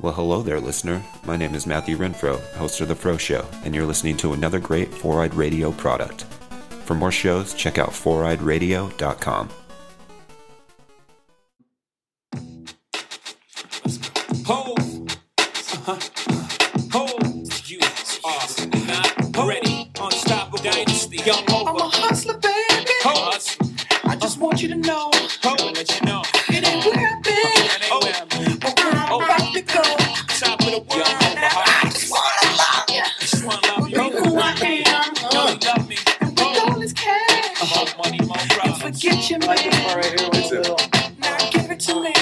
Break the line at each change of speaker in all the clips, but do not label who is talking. Well, hello there, listener. My name is Matthew Renfro, host of The Fro Show, and you're listening to another great Four Eyed Radio product. For more shows, check out foureyedradio.com.
Hold. Uh-huh. Hold. You are not ready. Unstoppable dynasty. I'm
I'm a
over.
hustler, baby.
Hold.
I just want you to know
Hold. Let you know.
it ain't where I've been,
Oh,
but where I'm about to go.
top of the world. Y'all
And
over.
I
Hot.
just wanna love ya.
Just wanna love you.
You know who I am.
Know you love me.
And with
Oh,
all this cash,
more money, more problems.
forget your man. Now give it to me,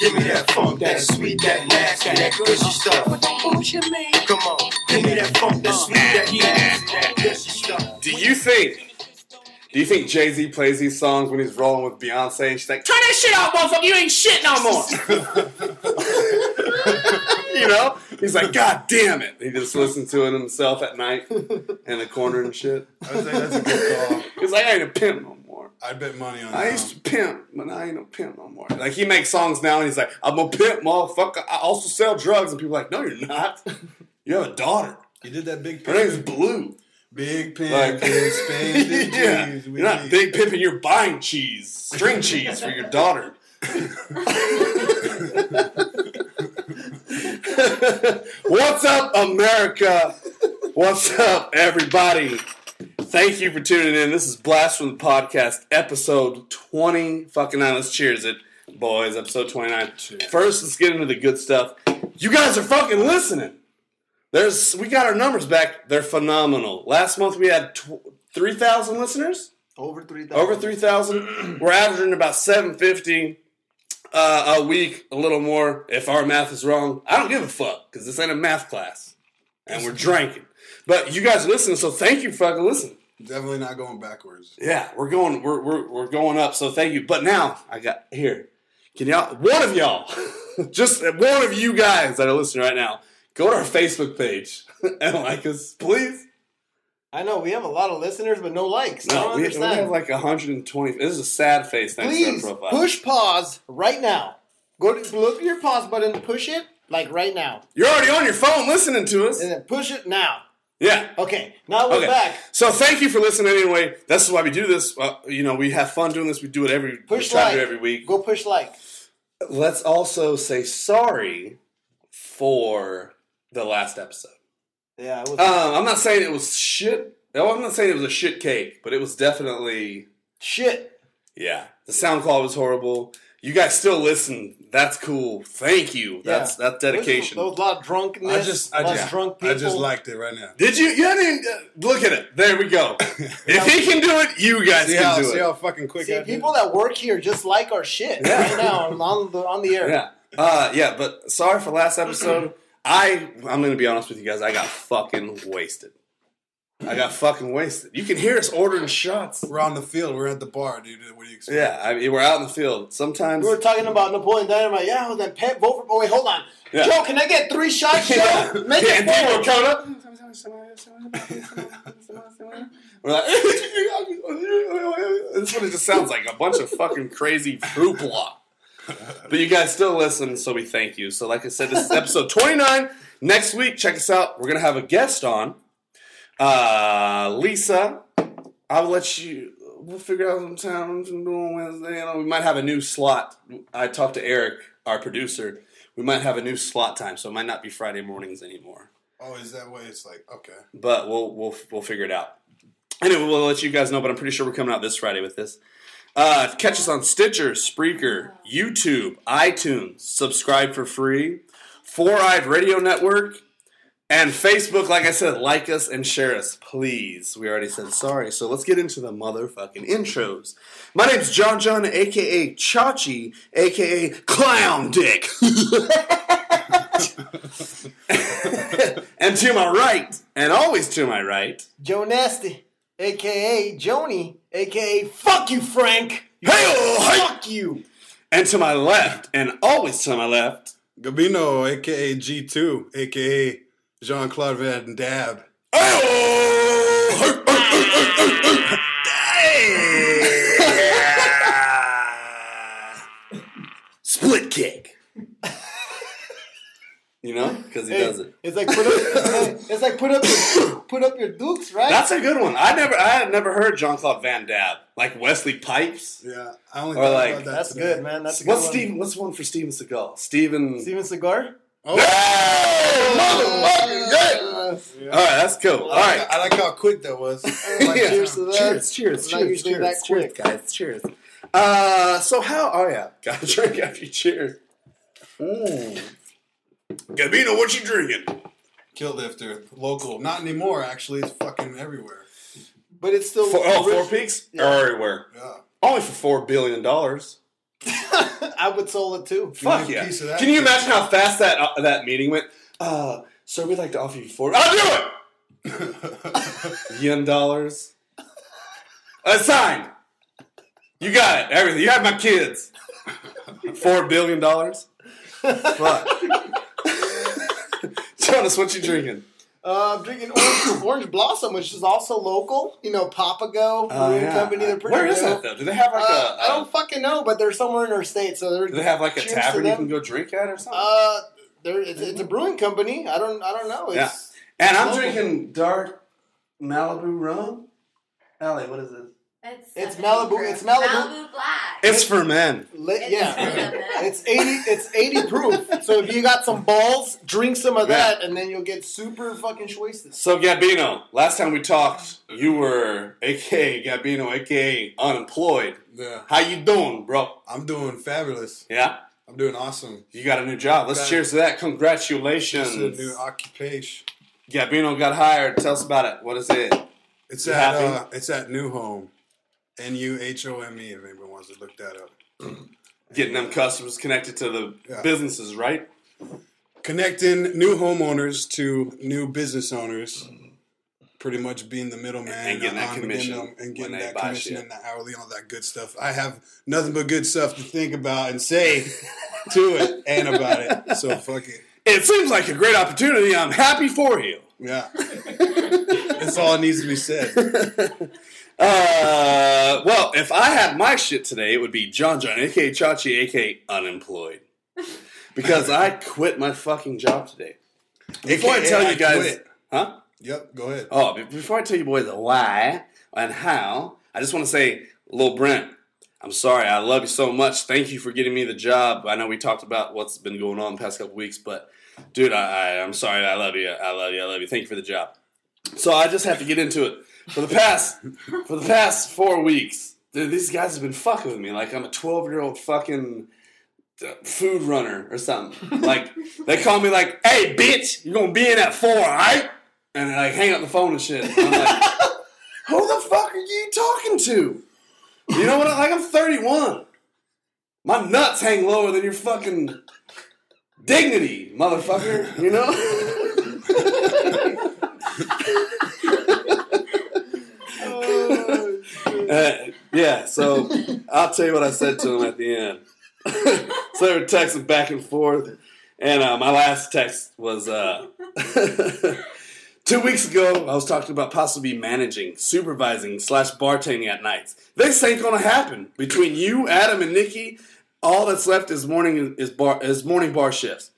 Give me that funk, that sweet, that nasty, that gushy stuff.
but don't bullshit me.
Come on, give me that funk, that sweet, that nasty, that gushy stuff.
Do you think? Do you think Jay Z plays these songs when he's rolling with Beyonce and she's like, "Turn that shit off, motherfucker! You ain't shit no more." you know, he's like, "God damn it!" He just listens to it himself at night in the corner and shit.
I would say that's a good call.
He's like, "I ain't a pimp no more.
I bet money on
I
that.
used to pimp, but I ain't a pimp no more." Like he makes songs now and he's like, "I'm a pimp, motherfucker. I also sell drugs." And people are like, "No, you're not. You have a daughter.
You did that big
Her
pimp.
name's Blue."
Big pimp.
Like,
expanded
yeah,
cheese. We
you're not
need-
big pimping. You're buying cheese, string cheese for your daughter. What's up, America? What's up, everybody? Thank you for tuning in. This is Blast from the Podcast, episode twenty. Fucking nine. Let's cheers it, boys. Episode twenty nine. First, let's get into the good stuff. You guys are fucking listening. There's we got our numbers back. They're phenomenal. Last month we had tw- three thousand listeners,
Over 3,000.
over three thousand. We're averaging about seven fifty uh, a week, a little more. If our math is wrong, I don't give a fuck because this ain't a math class, and we're drinking. But you guys are listening, so thank you, for fucking listening.
Definitely not going backwards.
Yeah, we're going, we're, we're we're going up. So thank you. But now I got here. Can y'all? One of y'all, just one of you guys that are listening right now, go to our Facebook page and like us, please.
I know we have a lot of listeners, but no likes. I
No,
don't
we, we
understand.
have like 120. This is a sad face thanks
Please
to our profile.
push pause right now. Go to, look at your pause button, push it like right now,
You're already on your phone listening to us.
and then push it now.
Yeah.
Okay, now we're
Okay.
back.
So thank you for listening anyway. That's why we do this. Uh, you know, we have fun doing this. We do it every
Push
we try to
like.
do it every week.
Go push like.
Let's also say sorry for the last episode.
Yeah, it was
Um, I'm not saying it was shit. No, I'm not saying it was a shit cake, but it was definitely
shit.
yeah. The sound quality was horrible. You guys still listen. That's cool. Thank you. That's that's dedication.
There was a lot of drunkenness.
I just, I
a lot
just,
of drunk
I
people.
just liked it right now.
Did you? You didn't uh, look at it. There we go. if he can do it, you guys
See
can
how,
do
see
it.
how fucking quick
See,
I did?
people that work here just like our shit right now on- on the on the air.
yeah, uh, yeah. But sorry for last episode. I I'm gonna be honest with you guys. I got fucking wasted. I got fucking wasted. You can hear us ordering shots.
We're on the field. We're at the bar, dude. What do you expect?
Yeah, I mean, we're out in the field. Sometimes
We were talking about Napoleon Dynamite. Yeah, well, then Pep, vote for. Oh, wait, hold on.
Yeah.
Joe, can I get three shots, Joe?
Yeah.
Make
Yeah,
it
and people
four.
are coming up. We're like, this is what it just sounds like a bunch of fucking crazy hoopla. But you guys still listen, so we thank you. So, like I said, this is episode 29. Next week, check us out. We're going to have a guest on. Uh, Lisa, I'll let you. We'll figure out some time to do on Wednesday. You know, we might have a new slot. I talked to Eric, our producer. We might have a new slot time, so it might not be Friday mornings anymore.
Always Oh, that way. It's like, okay.
But we'll we'll we'll figure it out. Anyway, we'll let you guys know. But I'm pretty sure we're coming out this Friday with this. Uh, catch us on Stitcher, Spreaker, YouTube, iTunes. Subscribe for free. Four Eyed Radio Network and Facebook. Like I said, like us and share us, please. We already said sorry, so let's get into the motherfucking intros. My name's John John, aka Chachi, aka Clown Dick. and to my right, and always to my right,
Joe Nasty, aka Joni, aka Fuck You Frank.
Hey-o, hey!
fuck you.
and to my left, and always to my left,
Gabino, aka G2, aka Jean Claude Van Dab.
Oh! Split kick. You know, because he
Hey,
does it.
It's like put up. it's like put up. Your, put up your dukes, right?
That's a good one. I never, I had never heard Jean Claude Van Damme like Wesley Pipes.
Yeah, I only
Or
thought
like-
about that.
That's
today.
good, man. That's a good
What's
one.
Steven? What's one for Steven Seagal? Steven.
Steven Cigar.
Oh,
Hey, motherfucker, yeah.
Uh,
yeah.
All right, that's cool. All right.
I like how quick that was.
Yeah.
Cheers to that.
Cheers, cheers,
It's not
cheers,
usually
cheers,
that
cheers,
quick.
guys, cheers. Uh, so how? Oh yeah, gotta drink after you cheers. Mm. Gabino, what you drinking?
Killlifter, local. Not anymore. Actually, it's fucking everywhere.
But it's still.
Four, oh, Four Peaks. Everywhere.
Yeah.
Only for four billion dollars.
I would sell it too.
me
Fuck
a
yeah!
piece of that
Can you
shit.
imagine how fast that uh, that meeting went? Uh, sir, we'd like to offer you four. I'll do it. Yen dollars. Assigned. You got it. Everything. You have my kids. Four billion dollars. Fuck. Jonas, what you drinking?
Uh, I'm drinking orange, orange Blossom, which is also local. You know, Papago
Uh,
Brewing
yeah.
Company. They're pretty
Where is
good.
that though? Do they have like
Uh,
a?
I
uh,
don't fucking know, but they're somewhere in our state, so they're.
do they have like a
cheers to
tavern you
them.
can go drink at or something?
Uh, there it's, it's a brewing company. I don't I don't know. It's
and I'm
local.
drinking dark Malibu rum. Allie, what is this?
It's,
It's
70
Malibu-
proof.
it's Malibu-
Black.
It's for men.
li-
It's
yeah.
for men.
It's eighty. It's eighty proof. So if you got some balls, drink some of that, and then you'll get super fucking wasted.
So Gabino, last time we talked, you were aka Gabino, aka unemployed.
Yeah.
How you doing, bro?
I'm doing fabulous.
Yeah,
I'm doing awesome.
you got a new job. Let's
Got it.
cheers to that.
This is
Congratulations.
a new occupation.
Gabino got hired. Tell us about it. What is it?
It's
You
at
happy?
uh, it's at New Home, N U H O M E. If anyone wants to look that up.
Getting them customers connected to the
Yeah.
businesses, right?
Connecting new homeowners to new business owners, pretty much being the middleman
And getting that
on
commission
them and getting
when they
that
buy
commission
shit.
and the hourly and all that good stuff. I have nothing but good stuff to think about and say to it and about it. So fuck it.
It seems like a great opportunity. I'm happy for you.
Yeah. That's all that needs to be said.
Uh, well, if I had my shit today, it would be John John, aka Chachi, aka unemployed, because I quit my fucking job today. Before I
AKA,
tell you guys,
quit.
huh?
Yep, go ahead.
Oh, be- before I tell you boys the why and how, I just want to say, Lil Brent, I'm sorry. I love you so much. Thank you for getting me the job. I know we talked about what's been going on the past couple weeks, but dude, I, I, I'm sorry. I love you. I love you. I love you. Thank you for the job. So I just have to get into it. For the past, for the past four weeks, th- these guys have been fucking with me like I'm a 12 year old fucking uh, food runner or something. Like they call me like, "Hey, bitch, you're gonna be in at four, all right?" And they like hang up the phone and shit. I'm like, who the fuck are you talking to? You know what? I- Like I'm 31. My nuts hang lower than your fucking dignity, motherfucker. You know. Uh, yeah, so I'll tell you what I said to him at the end. so they were texting back and forth, and uh, my last text was uh, two weeks ago. I was talking about possibly managing, supervising, slash bartending at nights. This ain't gonna happen between you, Adam, and Nikki. All that's left is morning is bar is morning bar shifts.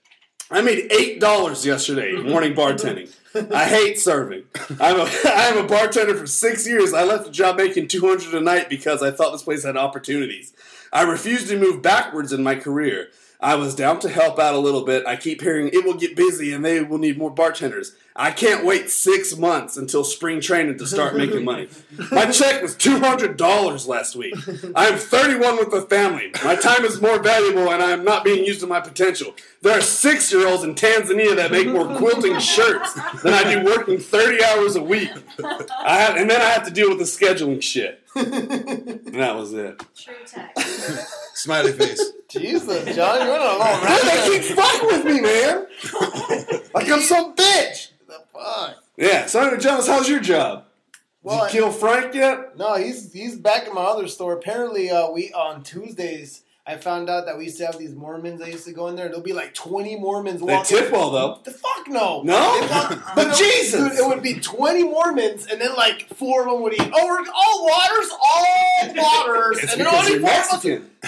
I made eight dollars yesterday morning bartending. I hate serving. I'm a I'm a bartender for six years. I left the job making two hundred a night because I thought this place had opportunities. I refused to move backwards in my career. I was down to help out a little bit. I keep hearing it will get busy and they will need more bartenders. I can't wait six months until spring training to start making money. My check was two hundred dollars last week. I am thirty-one with a family. My time is more valuable, and I am not being used to my potential. There are six-year-olds in Tanzania that make more quilting shirts than I do working thirty hours a week. I have, and then I have to deal with the scheduling shit. And that was it.
True text.
Smiley face.
Jesus, John, you're on a long
Man, they
ride.
keep fucking with me, man. Like I'm some bitch.
Fuck.
Yeah. So, anyway, Jonas, how's your job? Did
Well,
you kill Frank yet?
No, he's he's back in my other store. Apparently, uh, we on Tuesdays. I found out that we used to have these Mormons. I used to go in there, and there'll be like twenty Mormons
They
walking.
tip well though.
The fuck no.
No,
Dude,
but
Dude,
Jesus.
it would be 20 Mormons, and then like four of them would eat. Oh, we're all waters, all waters,
It's
and then
because
only
you're
four of us.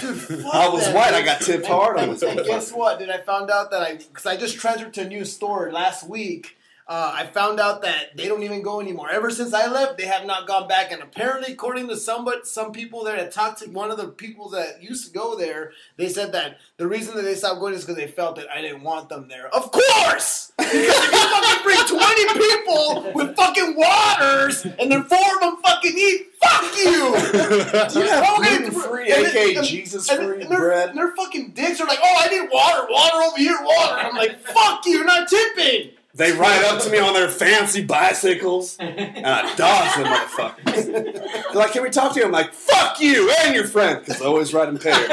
Mexican.
Fuck
I was
that,
white.
dude.
I got tipped
And-
hard on
And,
this.
and guess what? Did I found out that I because I just transferred to a new store last week. Uh, I found out that they don't even go anymore. Ever since I left, they have not gone back. And apparently, according to some but some people there that talked to one of the people that used to go there, they said that the reason that they stopped going is because they felt that I didn't want them there. Of course, because if you fucking bring twenty people with fucking waters and then four of them fucking eat, fuck you.
You
Oh,
have
okay.
gluten free,
And it-
aka
and-
Jesus
and-
free
and their,
bread.
and their fucking dicks are like, oh, I need water, water over here, water. And I'm like, fuck you, you're not tipping.
They ride up to me on their fancy bicycles and I dodge them motherfuckers. They're like, can we talk to you? I'm like, fuck you and your friend because I always ride in pairs.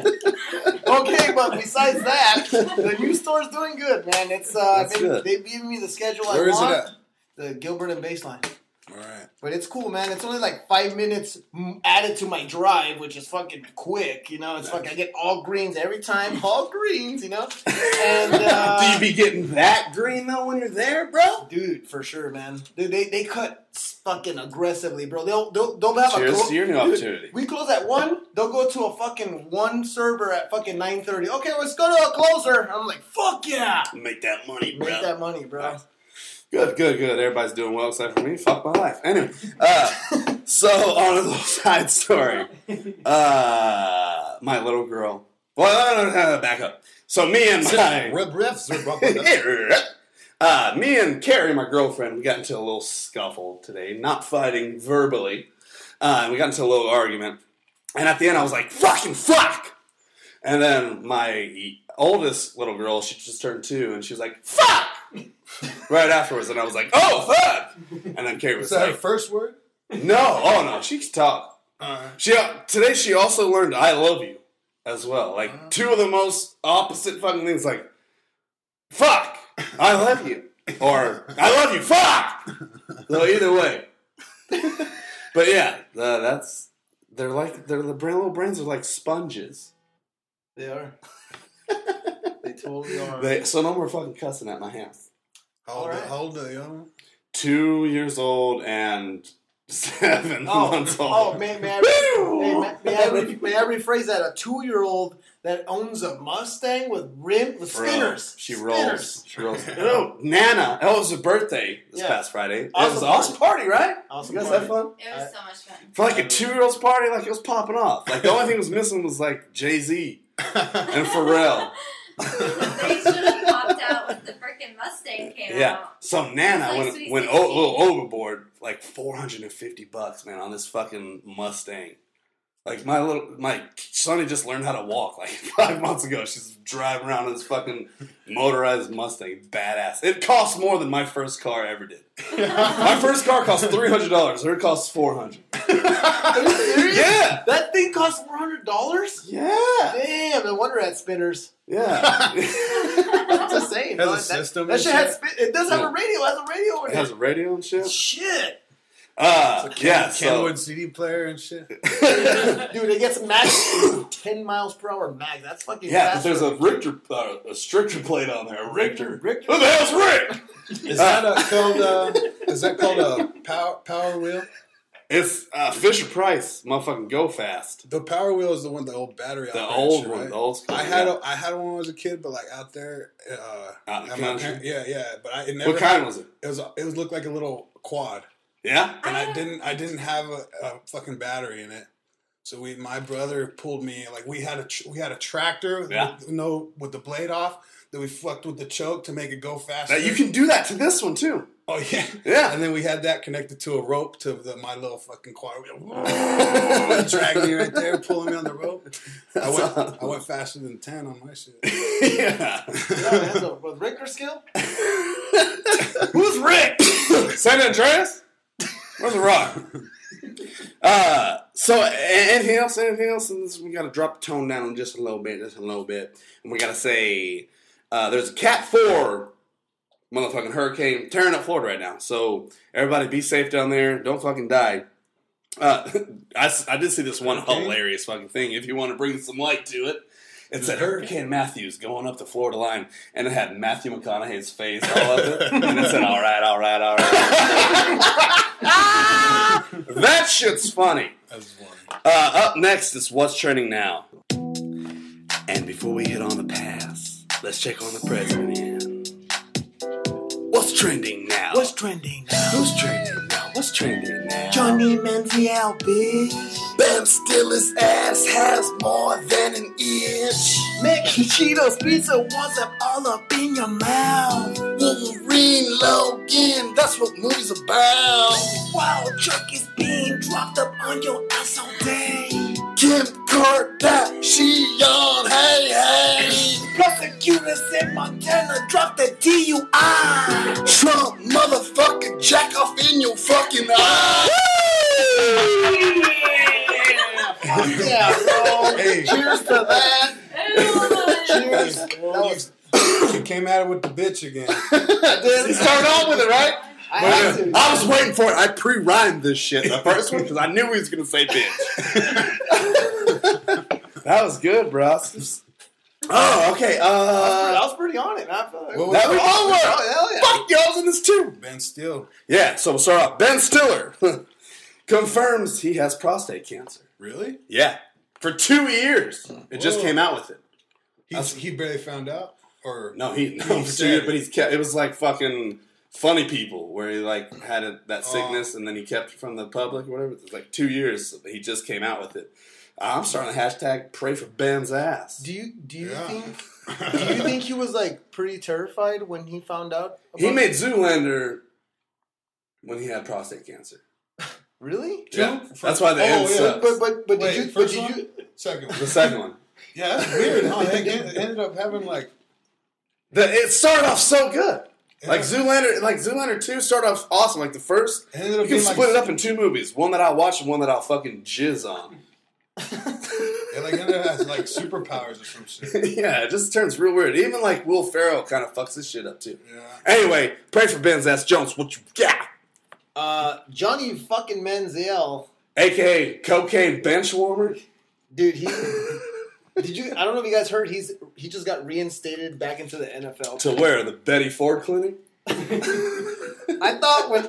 Okay, but besides that, the new store's doing good, man. It's uh,
That's
they,
good.
they've given me the schedule
Where
I
is it
want.
at?
The Gilbert and Baseline.
All right.
But it's cool, man. It's only like five minutes mm, added to my drive, which is fucking quick. You know, it's fucking. I get all greens every time, all greens. You know, and uh,
Do you be getting that green though when you're there, bro?
Dude, for sure, man. Dude, they, they cut fucking aggressively, bro. They'll they'll, they'll have a
Cheers
clo-
to your new
Dude,
opportunity.
We close at one. They'll go to a fucking one server at fucking nine thirty. Okay, let's go to a closer. I'm like, fuck yeah,
Make that money,
make that money, bro.
Good, good, good. Everybody's doing well except for me. Fuck my life. Anyway, uh, so on a little side story. Uh, my little girl. Well, no, no, no, no, back up. So me and my
Rub refs are
uh, me and Carrie, my girlfriend, we got into a little scuffle today. Not fighting verbally. Uh, and we got into a little argument. And at the end, I was like, fucking fuck! And then my oldest little girl, she just turned two, and she was like, fuck! right afterwards. And I was like, oh, fuck! And then Carrie was
Is that her
like,
first word?
no, oh no, she can talk. She uh, today she also learned "I love you" as well.
Uh-huh.
Like two of the most opposite fucking things. Like, fuck, I love you, or I love you, fuck. No, either way. but yeah, uh, that's they're like they're the brain, little brains are like sponges.
They are. they totally are.
They so no more fucking cussing at my house.
How old,
Alright.
how old uh, are you?
Two years old and seven
Oh,
months old.
oh man, may I,
Woo!
may, may- may I, re- may I rephrase that? A two-year-old that owns a Mustang with rim with
Bro,
spinners.
She
Spinners.
rolls. She rolls. oh, Nana. That was her birthday this
Yeah.
past Friday. it
Awesome
was an awesome party, right?
Awesome
you guys
party.
had fun?
It was so much fun.
For like a two year old's party, like it was popping off. Like the only thing was missing was like Jay Z and Pharrell.
they should have popped out when the freaking Mustang came
Yeah.
out.
So Nana
uh, Like
went
Sweet
went o-
16.
little overboard, like four hundred and fifty bucks, man, on this fucking Mustang. Like my little my Sonny just learned how to walk like five months ago. She's driving around in this fucking motorized Mustang, badass. It costs more than my first car ever did. my first car cost three hundred dollars. Her costs four hundred.
Are you serious?
Yeah,
That thing costs four hundred dollars.
yeah,
Damn, no wonder it had spinners.
yeah.
I'm just saying.
Has
dog,
a
that,
system
That
and
shit
shit?
has. Spin- it does have
Yeah.
a radio. It has a radio in
It
it.
has a radio and shit.
shit,
Uh, yeah. So
Kenwood CD player and shit.
dude, it gets max ten miles per hour max. That's fucking
yeah, but
faster.
there's a Richter, uh, a stricter plate on there. A Richter.
Richter.
Who the hell's Rick?
Is that uh, called? Uh, is that called a power power wheel?
It's uh, Fisher Price, motherfucking go fast.
The power wheel is the one, the old battery.
The
operated
old
shit,
one,
right?
the old school.
I had
yeah.
a, I had one when I was a kid, but like out there, uh,
Out in the
at my
country?
parent- yeah, yeah. But I it never.
What kind was it?
It was it was looked like a little quad,
Yeah,
and I didn't I didn't have a, a fucking battery in it. So we, my brother pulled me like we had a tr- we had a tractor,
Yeah.
with, no with the blade off. That we fucked with the choke to make it go faster.
now, you can do that to this one too.
oh yeah,
Yeah.
And then we had that connected to a rope to the, my little fucking quad.
Oh,
We dragged me right there, pulling me on the rope. I went, I went faster than ten on my shit.
yeah.
Yeah, that's a- with Richter skill.
Who's Rick? San Andreas? Where's the rock? Uh, so a- anything else? Anything else? And this- we gotta drop the tone down just a little bit, just a little bit, and we gotta say uh, there's a Cat Four motherfucking hurricane tearing up Florida right now. So everybody, be safe down there. Don't fucking die. Uh, I, s- I did see this one hilarious fucking thing. If you want to bring some light to it, it said Hurricane Matthews going up the Florida line, and it had Matthew McConaughey's face all over it, and it said, "All right, all right, all right." that shit's funny.
That's one.
Uh, up next is what's trending now. And before we hit on the past, let's check on the present. What's trending now?
What's trending?
Who's trending now? What's trending now?
Johnny Manziel, bitch.
Bam Stiller's ass has more than an inch.
Making Cheetos pizza wants up all up in your mouth.
Wolverine Logan, that's what movies about.
Wow, truck is being dropped up on your ass all day.
Kim Kardashian, hey hey.
Prosecutors in Montana dropped the DUI.
Trump motherfucking jack off in your fucking eye.
yeah, bro.
Hey.
Cheers to that. Cheers. That was-
She came at it with the bitch again.
I did.
Start off with it, right?
I had
Wait,
to.
I was waiting for it. I pre-rhymed this shit the first one because I knew he was gonna say bitch. that was good, bro. Oh, okay.
I
Uh,
was pretty on it. I feel like.
What was-
that was all
Oh, hell yeah.
Fuck y'all's in this too.
Ben Steele.
Yeah. So we'll start off. Ben Stiller confirms he has prostate cancer. Oh.
Really?
Yeah, for two years. It just
Whoa.
came out with it.
He's, he barely found out? Or
No, he no, for two
said
years,
it.
but he's kept. It was like fucking funny people where he like had a, that
Oh.
sickness and then he kept it from the public or whatever. It's like two years. He just came out with it. I'm starting to hashtag pray for Ben's ass.
Do you do you
Yeah.
think do you think he was like pretty terrified when he found out?
He
about-
made Zoolander when he had prostate cancer.
really.
Yeah, that's why the
Oh,
end
yeah.
sucks.
But but but
Wait,
did you but
first
did
one?
you
Second
the
one.
second one.
Yeah, that's weird. Huh? They ended, ended up having like
The, it started off so good. Like
Yeah.
Zoolander, like Zoolander two started off awesome. Like the first,
It ended
you
up
can
being like-
split it up in two movies: one that I'll watch and one that I'll fucking jizz on.
it like ended up has like superpowers or some shit.
yeah, it just turns real weird. Even like Will Ferrell kind of fucks this shit up too.
Yeah.
Anyway, pray for Ben's ass Jones. What you got?
uh Johnny fucking Manziel,
AKA cocaine bench warmer.
dude? He did you? I don't know if you guys heard. He's he just got reinstated back into the NFL.
To where the Betty Ford Clinic?
I thought when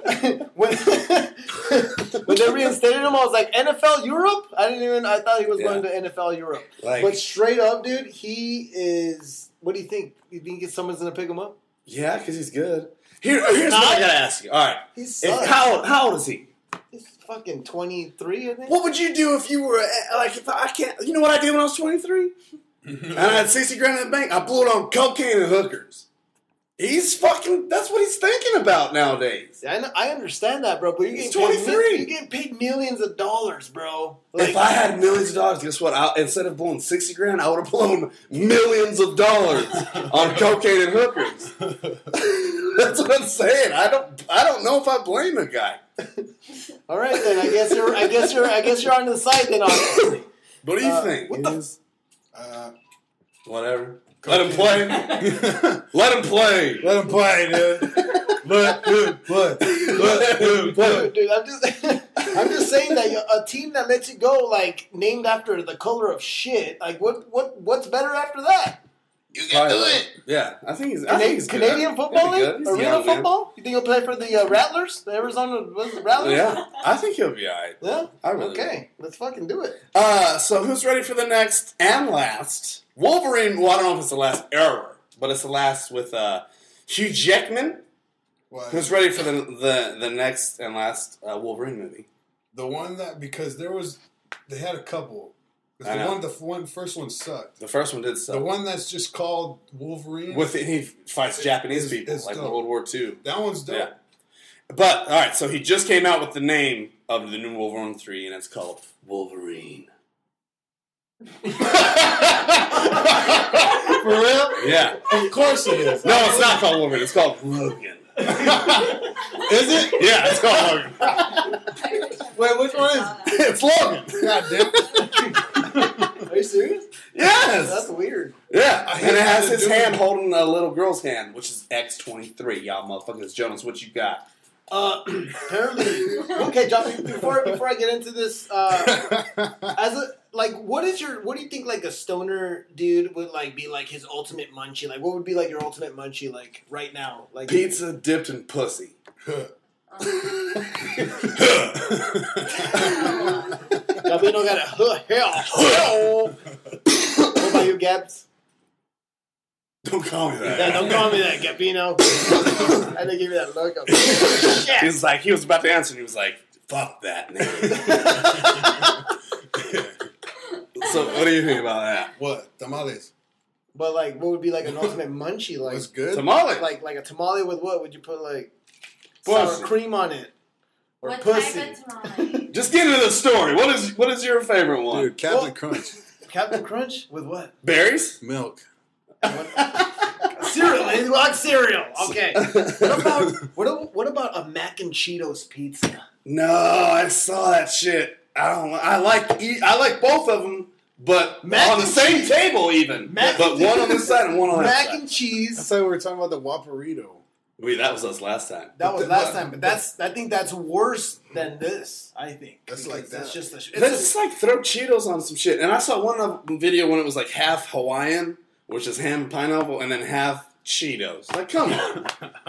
when when they reinstated him, I was like NFL Europe. I didn't even. I thought he was
Yeah.
going to NFL Europe.
Like,
but straight up, dude, he is. What do you think? You think someone's gonna pick him up?
yeah, because he's good. Here, here's what I gotta ask you. All right,
He
if,
sucks.
how old- how old is he?
He's fucking twenty three, I think.
What would you do if you were uh, like if I can't? You know what I did when I was 23?
Mm-hmm.
and I had 60 grand in the bank. I blew it on cocaine and hookers. He's fucking. That's what he's thinking about nowadays.
I, know, I understand that, bro. But you
He's
get paid
23.
You get paid millions of dollars, bro.
if I had millions of dollars, guess what? I, instead of blowing 60 grand, I would have blown millions of dollars on cocaine and hookers. That's what I'm saying. I don't. I don't know if I blame the guy.
all right, then I guess you're. I guess you're. I guess you're on the side then. Honestly,
What do you
Uh,
think?
what the
He's-
Uh,
whatever. Let him play. Let him play.
let him play, dude. Let him play. Let him play.
dude, dude, I'm just. I'm just saying that you- a team that lets you go, like named after the color of shit, like what? What? What's better after that?
You can do it. Yeah, I think he's. I think he's good.
Canadian
He'd be
football
good.
league,
He's
arena
young, man.
football. You think he'll play for the uh, Rattlers, the Arizona was it Rattlers?
Yeah, I think he'll be alright.
Yeah?
I really
okay, let's fucking do it.
Uh, so who's ready for the next and last Wolverine? Well, I don't know if it's the last error, but it's the last with uh, Hugh Jackman.
What?
Who's ready for the the, the next and last uh, Wolverine movie?
The one that because there was they had a couple. 'Cause
I
The
know.
one, the f- one first one sucked.
The first one did so.
The one that's just called Wolverine.
with it, he fights Japanese
It's-
people
it's
like
dope.
World War II.
that one's dope.
Yeah. But all right, so he just came out with the name of the new Wolverine three, and it's called Wolverine.
For real?
Yeah.
Of course it is.
No, it's not called Wolverine. It's called Logan.
Is it?
Yeah, it's called Logan.
Wait, which one is?
It's Logan.
God damn.
Are you serious?
Yes.
That's weird.
Yeah.
I hate
And it has
how they
his
do
hand
it.
holding a little girl's hand, which is X twenty three. Y'all motherfuckers, Jonas, what you got?
Uh, apparently, okay, John. Before before I get into this, uh, as a like, what is your what do you think like a stoner dude would like be like his ultimate munchie? Like, what would be like your ultimate munchie like right now? Like,
Pizza dipped in pussy.
Gabino got a uh, huh, hell. hell. what about you, Gabs?
don't call me that.
Yeah, don't call me that, Gabino. I didn't give you that look. I'm like,
He
Shit.
was like, he was about to answer, and he was like, "Fuck that." nigga." so, what do you think about that?
What tamales?
But like, what would be like an ultimate munchie? Like,
What's good?
Tamale.
like like a tamale with what? Would you put like
Pussy.
sour cream on it or
What
pussy?
type of time?
Just get into the story. What is what is your favorite one?
Dude, Captain
Well-
Crunch,
Captain Crunch with what?
Berries.
milk.
Cereal. They like cereal. Okay. What about what, a- what about a mac and Cheetos pizza?
No, I saw that shit. I don't. I like. e- I like both of them, but
Mac
on the
and
same table, even.
Mac
but
and
one on this side and one on that
Mac
side.
and
I
cheese.
thought we were talking about the Whopperito.
Wait, that was us last time.
That was
But-
last
but-
time, but that's I think that's worse than this. I think
That's
Because
like
that's
that.
just a, it's
That's
a-
just like throw Cheetos on some shit. And I saw one of video when it was like half Hawaiian, which is ham and pineapple, and then half Cheetos. Like, come on,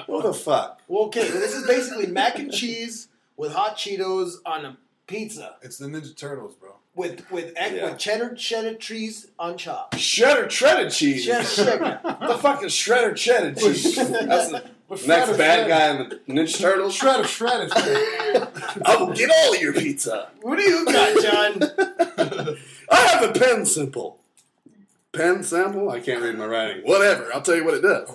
what the fuck?
well, okay. well, This is basically mac and cheese with hot Cheetos on a pizza
It's the Ninja Turtles, bro.
with with egg,
Yeah.
with cheddar cheddar cheese on top.
Shredder shredded cheese.
Cheddar, cheddar.
The fucking shredder shredded cheese. That's the
But
next
shredder,
bad
shredder.
guy in the Ninja Turtles.
Shredder, shredder, shredder.
I will get all your pizza.
What do you got, John?
I have a pen sample. Pen sample? I can't read my writing. Whatever. I'll tell you what it does.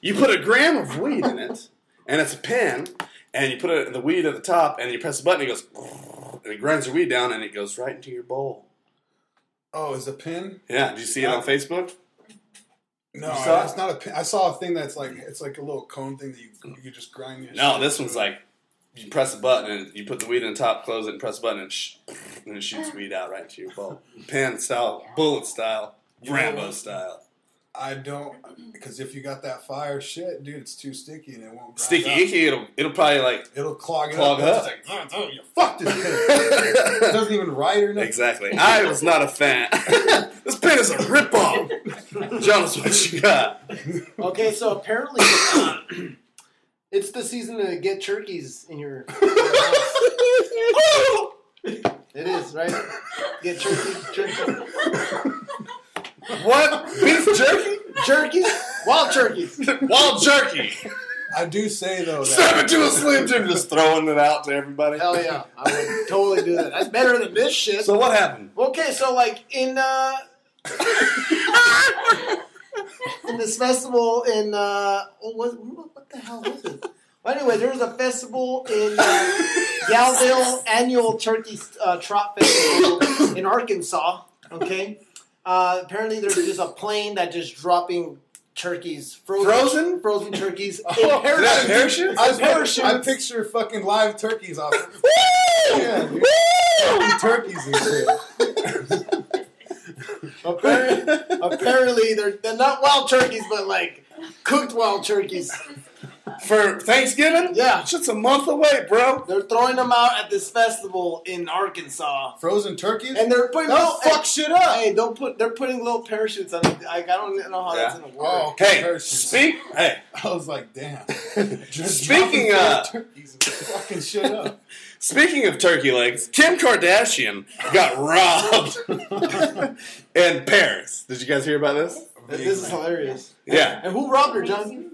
You put a gram of weed in it, and it's a pen, and you put it, the weed at the top, and you press the button, it goes, and it grinds your weed down, and it goes right into your bowl.
Oh, is a pin?
Yeah. Did you see it on Facebook?
No,
You saw it?
it's not a pin. I saw a thing that's like it's like a little cone thing that you you just grind. Your
No,
shit
this one's
through.
like you press a button, and you put the weed in the top, close it, and press a button, and, sh- and it shoots weed out right into your bowl. Pen style, bullet style, Rambo style.
I don't because if you got that fire shit, dude, it's too sticky and it won't. Grind
Sticky
up.
icky, it'll, it'll probably like
It'll clog it
Clog
up.
up.
It's like, "Oh, you fuck this pin. it doesn't even write or nothing.
Exactly. I was not a fan. this pen is a ripoff. Jonas, what you got?
Okay, so apparently uh, it's the season to get turkeys in your. It is right. Get turkey, turkey,
What? Beef jerky?
jerkies, wild turkeys.
Wild jerky.
I do say though that
Step into a slim jim, just throwing it out to everybody.
Hell yeah, I would totally do that. That's better than this shit.
So what happened?
Okay, so like in uh, in this festival in uh, oh, what, what the hell was it? Well, anyway, there was a festival in uh, Galville annual turkey uh, trot festival in Arkansas. Okay, uh, apparently there's just a plane that just dropping turkeys frozen
Frozen?
frozen turkeys. in
Oh, did
Paris.
that parachute?
I, picture,
parachutes.
I picture fucking live turkeys off
Woo!
Yeah, dude.
Woo!
turkeys and shit.
Apparently, apparently they're, they're not wild turkeys, but like cooked wild turkeys.
For Thanksgiving?
Yeah.
Shit's a month away, bro.
They're throwing them out at this festival in Arkansas,
Frozen turkeys?
and they're putting
That'll
little-
fuck shit up.
Hey, they'll put they're putting little parachutes on. it. Like I don't know how that's
Yeah.
gonna work.
oh, okay,
Hey,
parachutes.
speak. Hey,
I was like, damn. Just
Speaking
dropping
of-
turkeys and fucking shit up.
Speaking of turkey legs, Kim Kardashian got robbed in Paris. Did you guys hear about this?
This is hilarious.
Yeah.
And who robbed her, John?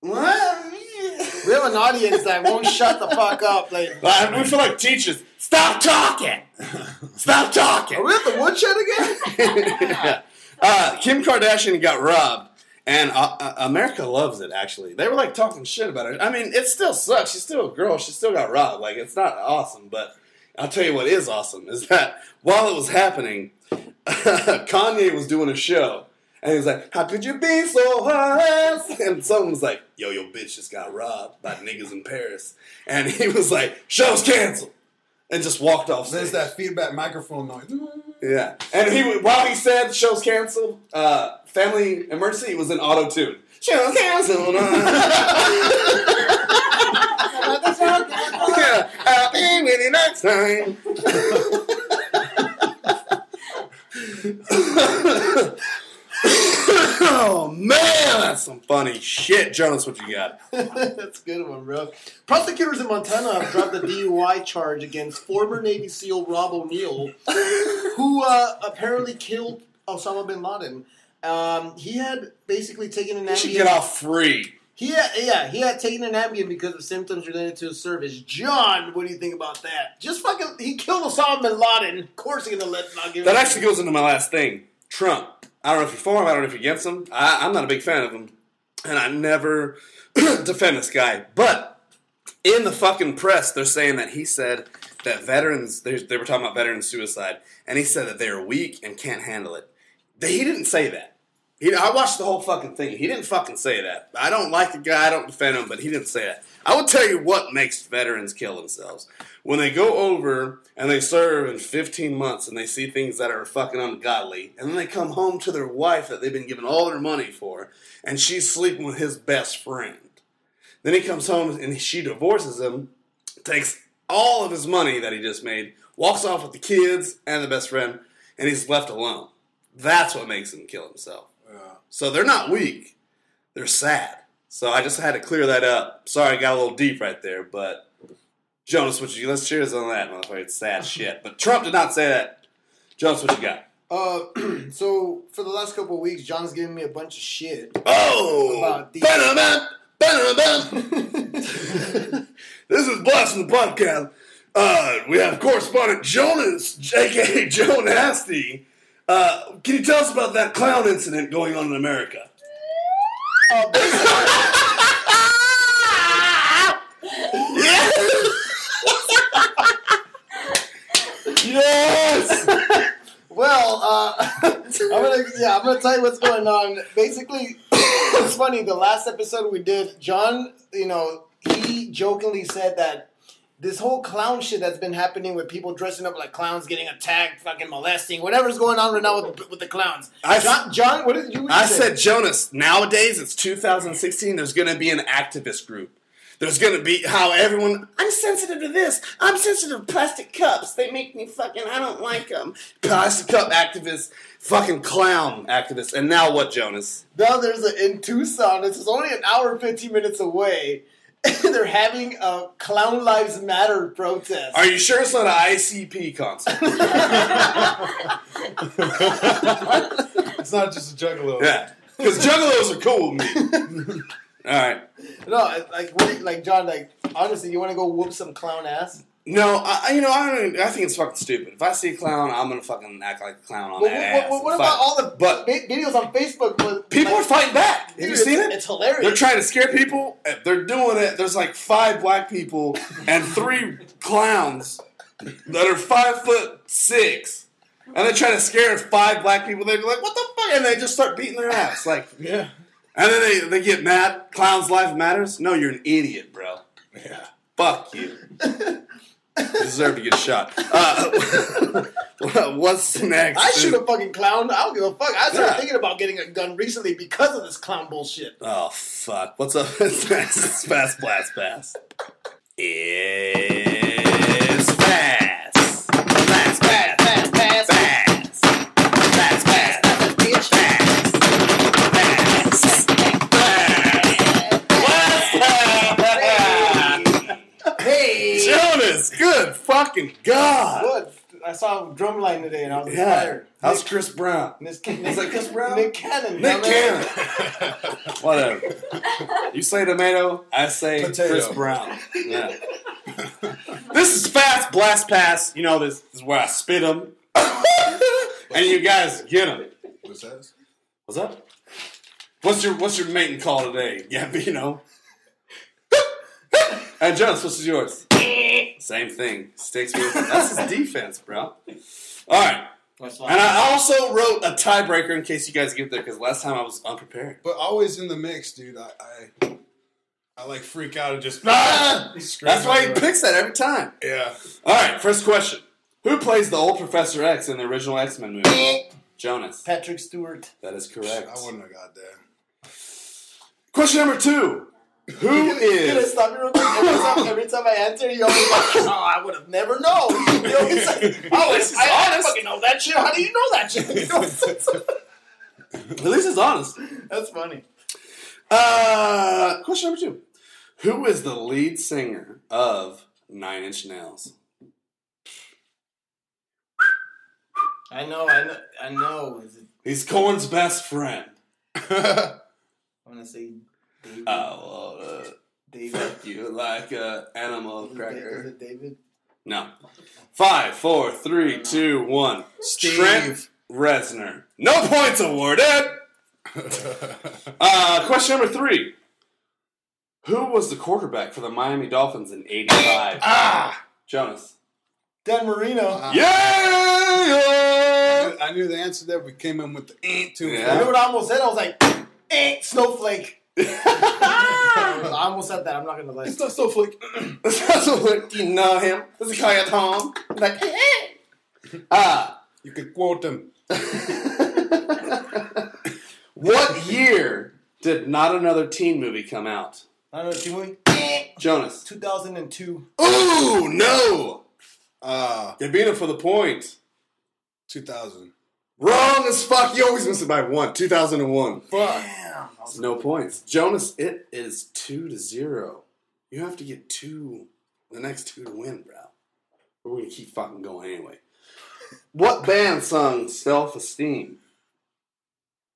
What?
We have an audience that won't shut the fuck up. Like,
I- we feel like teachers. Stop talking. Stop talking.
are we at the woodshed again?
uh, Kim Kardashian got robbed, and uh, uh, America loves it. Actually, they were like talking shit about it. I mean, it still sucks. She's still a girl. She still got robbed. Like it's not awesome, but I'll tell you what is awesome is that while it was happening, Kanye was doing a show. And he was like, "How could you be so hot?" And someone was like, "Yo, yo, bitch just got robbed by niggas in Paris." And he was like, "Show's canceled," and just walked off.
There's
stage.
that feedback microphone noise.
Yeah, and he while he said the show's canceled, uh, Family Emergency was in auto tune. Show's canceled. me with you next time. oh man, that's some funny shit, Jonas. What you got?
That's a good one, bro. Prosecutors in Montana have dropped a DUI charge against former Navy SEAL Rob O'Neill, who uh, apparently killed Osama bin Laden. Um, he had basically taken an
You should get
Ambien.
off free.
He had, yeah, he had taken an Ambien because of symptoms related to his service. John, what do you think about that? Just fucking, he killed Osama bin Laden. Of course, he's gonna let not give.
That
a-
actually goes into my last thing. Trump. I don't know if you're for him. I don't know if you're against him. I, I'm not a big fan of him, and I never defend this guy. But in the fucking press, they're saying that he said that veterans. They, they were talking about veteran suicide, and he said that they are weak and can't handle it. They- He didn't say that. He, I watched the whole fucking thing. He didn't fucking say that. I don't like the guy. I don't defend him, but he didn't say that. I will tell you what makes veterans kill themselves. When they go over and they serve in 15 months and they see things that are fucking ungodly, and then they come home to their wife that they've been giving all their money for, and she's sleeping with his best friend. Then he comes home and she divorces him, takes all of his money that he just made, walks off with the kids and the best friend, and he's left alone. That's what makes him kill himself. So they're not weak. They're sad. So I just had to clear that up. Sorry, I got a little deep right there, but Jonas, what you let's cheers on that motherfucker. It's sad shit. But Trump did not say that. Jonas, what you got?
Uh, so for the last couple of weeks, John's giving me a bunch of shit.
Oh,
About the-
ba-da-bum, ba-da-bum. this is Blasting the Podcast. Uh, we have correspondent Jonas, aka Joe Nasty. Uh, can you tell us about that clown incident going on in America?
Uh, basically,
Yes!
well, uh, I'm gonna yeah, I'm gonna tell you what's going on. Basically, it's funny. The last episode we did, John, you know, he jokingly said that this whole clown shit that's been happening with people dressing up like clowns, getting attacked, fucking molesting, whatever's going on right now with, with the clowns.
I s-
John, John, what did you? what did
I
you say?
said, Jonas, nowadays it's 2016, there's going to be an activist group. There's going to be how everyone, I'm sensitive to this. I'm sensitive to plastic cups. They make me fucking, I don't like them. Plastic cup activists, fucking clown activists. And now what, Jonas?
Now there's a in Tucson. This is only an hour and fifteen minutes away. They're having a Clown Lives Matter protest.
Are you sure it's not an ICP concert?
It's not just a juggalo.
yeah. Because juggalos are cool with me. All right.
no, like what, like John, like honestly, you want to go whoop some clown ass?
No, I, I- you know, I don't. even- I think it's fucking stupid. If I see a clown, I'm gonna fucking act like a clown on
But
that
what,
ass.
what, what
and
about
fuck-
all the
But
vi- videos on Facebook? With,
people
like,
are fighting back. Have
dude,
you
it's-
seen it?
It's hilarious.
They're trying to scare people. and They're doing it. There's like five black people and three clowns that are five foot six, and they try to scare five black people. They're like, "What the fuck?" And they just start beating their ass. Like,
Yeah.
and then they, they get mad. Clown's life matters. No, you're an idiot, bro.
Yeah.
Fuck you. you deserve to get shot. Uh, what's next?
I shoot a fucking clown. I don't give a fuck. I started
Yeah.
thinking about getting a gun recently because of this clown bullshit.
Oh fuck! What's up? It's fast, it's fast, blast, fast. It's fast, fast, fast, fast, fast, fast, fast, fast, bitch, fast, fast, fast. Hey, Jonas! Good fucking god!
What? I saw Drumline today and I was
Ah. Yeah,
inspired.
how's Chris Brown?
Nick, Nick,
like Chris Brown?
Nick Cannon.
Nick
dumbass.
Cannon. Whatever. You say tomato, I say
Potato.
Chris Brown. Yeah. this is fast blast pass. You know this, is where I spit them, and you guys get them.
What's that?
What's up? What's your What's your mating call today? Gambino. and Jonas, what's yours? Same thing. Sticks with that's his defense, bro. All right.
That's why-
And I also wrote a tiebreaker in case you guys get there because last time I was unprepared.
But always in the mix, dude. I I, I like freak out and just.
Ah!
Scream
That's why he
everywhere.
picks that every time.
Yeah.
All right, first question. Who plays the old Professor X in the original X Men movie? Jonas.
Patrick Stewart.
That is correct.
I wouldn't have got there.
Question number two. Who
Can I
is?
stop you real quick? Every time, every time I answer, you always like, oh, I would have never known. You always like, oh,
This is
I, I
honest.
fucking know that shit. How do you know that shit? You know what I'm saying?
At least it's honest.
That's funny.
Uh, question number two: Who is the lead singer of Nine Inch Nails?
I know, I know, I know. Is it,
He's Cohen's best friend.
I'm gonna say David.
Oh, well, uh,
David.
fuck you like a animal
Is it Da- Is
cracker.
it David?
No. Five, four, three, two, one. Trent Reznor. No points awarded. Uh, question number three. Who was the quarterback for the Miami Dolphins in '85?
ah!
Jonas.
Dan Marino.
Yeah. yeah!
I knew the answer there. We came in with the ant too.
You know
Yeah.
what I almost said? I was like, eh, snowflake. I almost said that. I'm not gonna lie.
It's not so flick.
That's what- you know him. Does he call you Tom? Like, eh, eh. Ah.
You could quote them.
what year did Not Another Teen movie come out?
I don't know what you mean.
Jonas.
2002.
Ooh, no! Uh,
Ah,
You beat him for the point.
2000.
Wrong as fuck. You always miss it by one. 2001.
Fuck.
No points. Jonas, it is two to zero. You have to get two, the next two to win, bro. We're going to keep fucking going anyway. What band sung Self Esteem?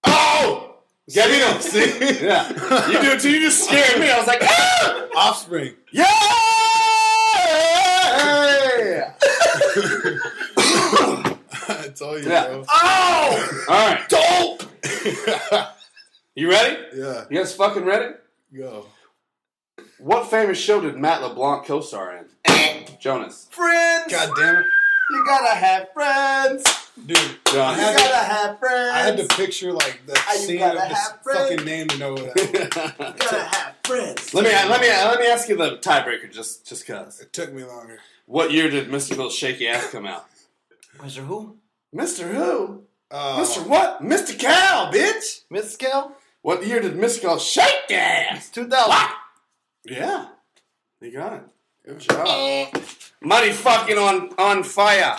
Oh! Gabino, see? yeah. You do it too. You just scared me. I was like, ah!
Offspring.
Yeah!
it's all you,
Yeah.
bro.
oh! Alright. Dope! you ready?
Yeah,
You guys fucking ready?
go.
What famous show did Matt LeBlanc co star in? Jonas.
Friends.
God damn it.
You gotta have friends.
Dude, I
You
Jonas.
had,
gotta
to,
have friends.
I had to picture like the
you
scene of
gotta
this
have friends.
fucking name to know what that was.
You gotta have friends.
let me let me let me ask you the tiebreaker just just cause.
It took me longer.
What year did Mr. Bill's shaky ass come out?
Mr. Who?
Mr. Who?
Uh,
Mr. What? Mr. Cow, bitch!
Miss Scale?
What year did Mr. Cow shake ass?
2000.
Yeah. You got it. Good job. Money fucking on on fire.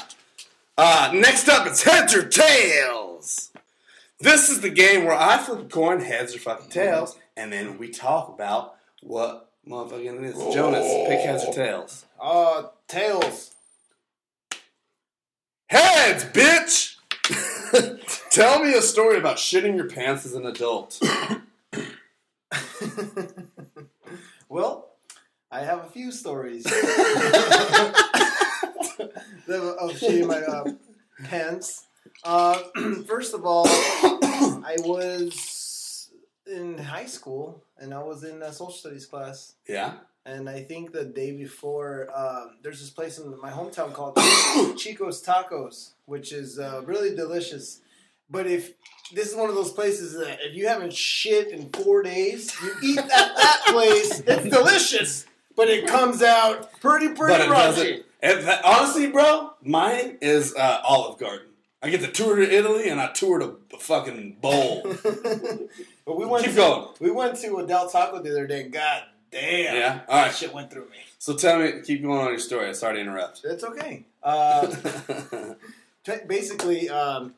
Uh, next up, it's heads or tails. This is the game where I flip a coin, heads or fucking tails, and then we talk about what motherfucking it is. Jonas, pick heads or tails.
Uh, Tails.
Heads, bitch. Tell me a story about shitting your pants as an adult.
Well, I have a few stories. of shitting my uh, pants. Uh, first of all, I was in high school and I was in a social studies class.
Yeah.
And I think the day before, um, there's this place in my hometown called Chico's Tacos, which is uh, really delicious. But if this is one of those places that if you haven't shit in four days, you eat at that place, it's delicious, but it comes out pretty
But
pretty
it
raunchy.
doesn't. If that- honestly, bro, mine is uh, Olive Garden. I get the tour to Italy and I tour to a fucking bowl.
But we went
Keep
to,
going.
We went to a Del Taco the other day, and god damn,
Yeah? All
that
right.
shit went through me.
So tell me, keep going on your story. Sorry to interrupt.
It's okay. Uh, Ba- basically, um,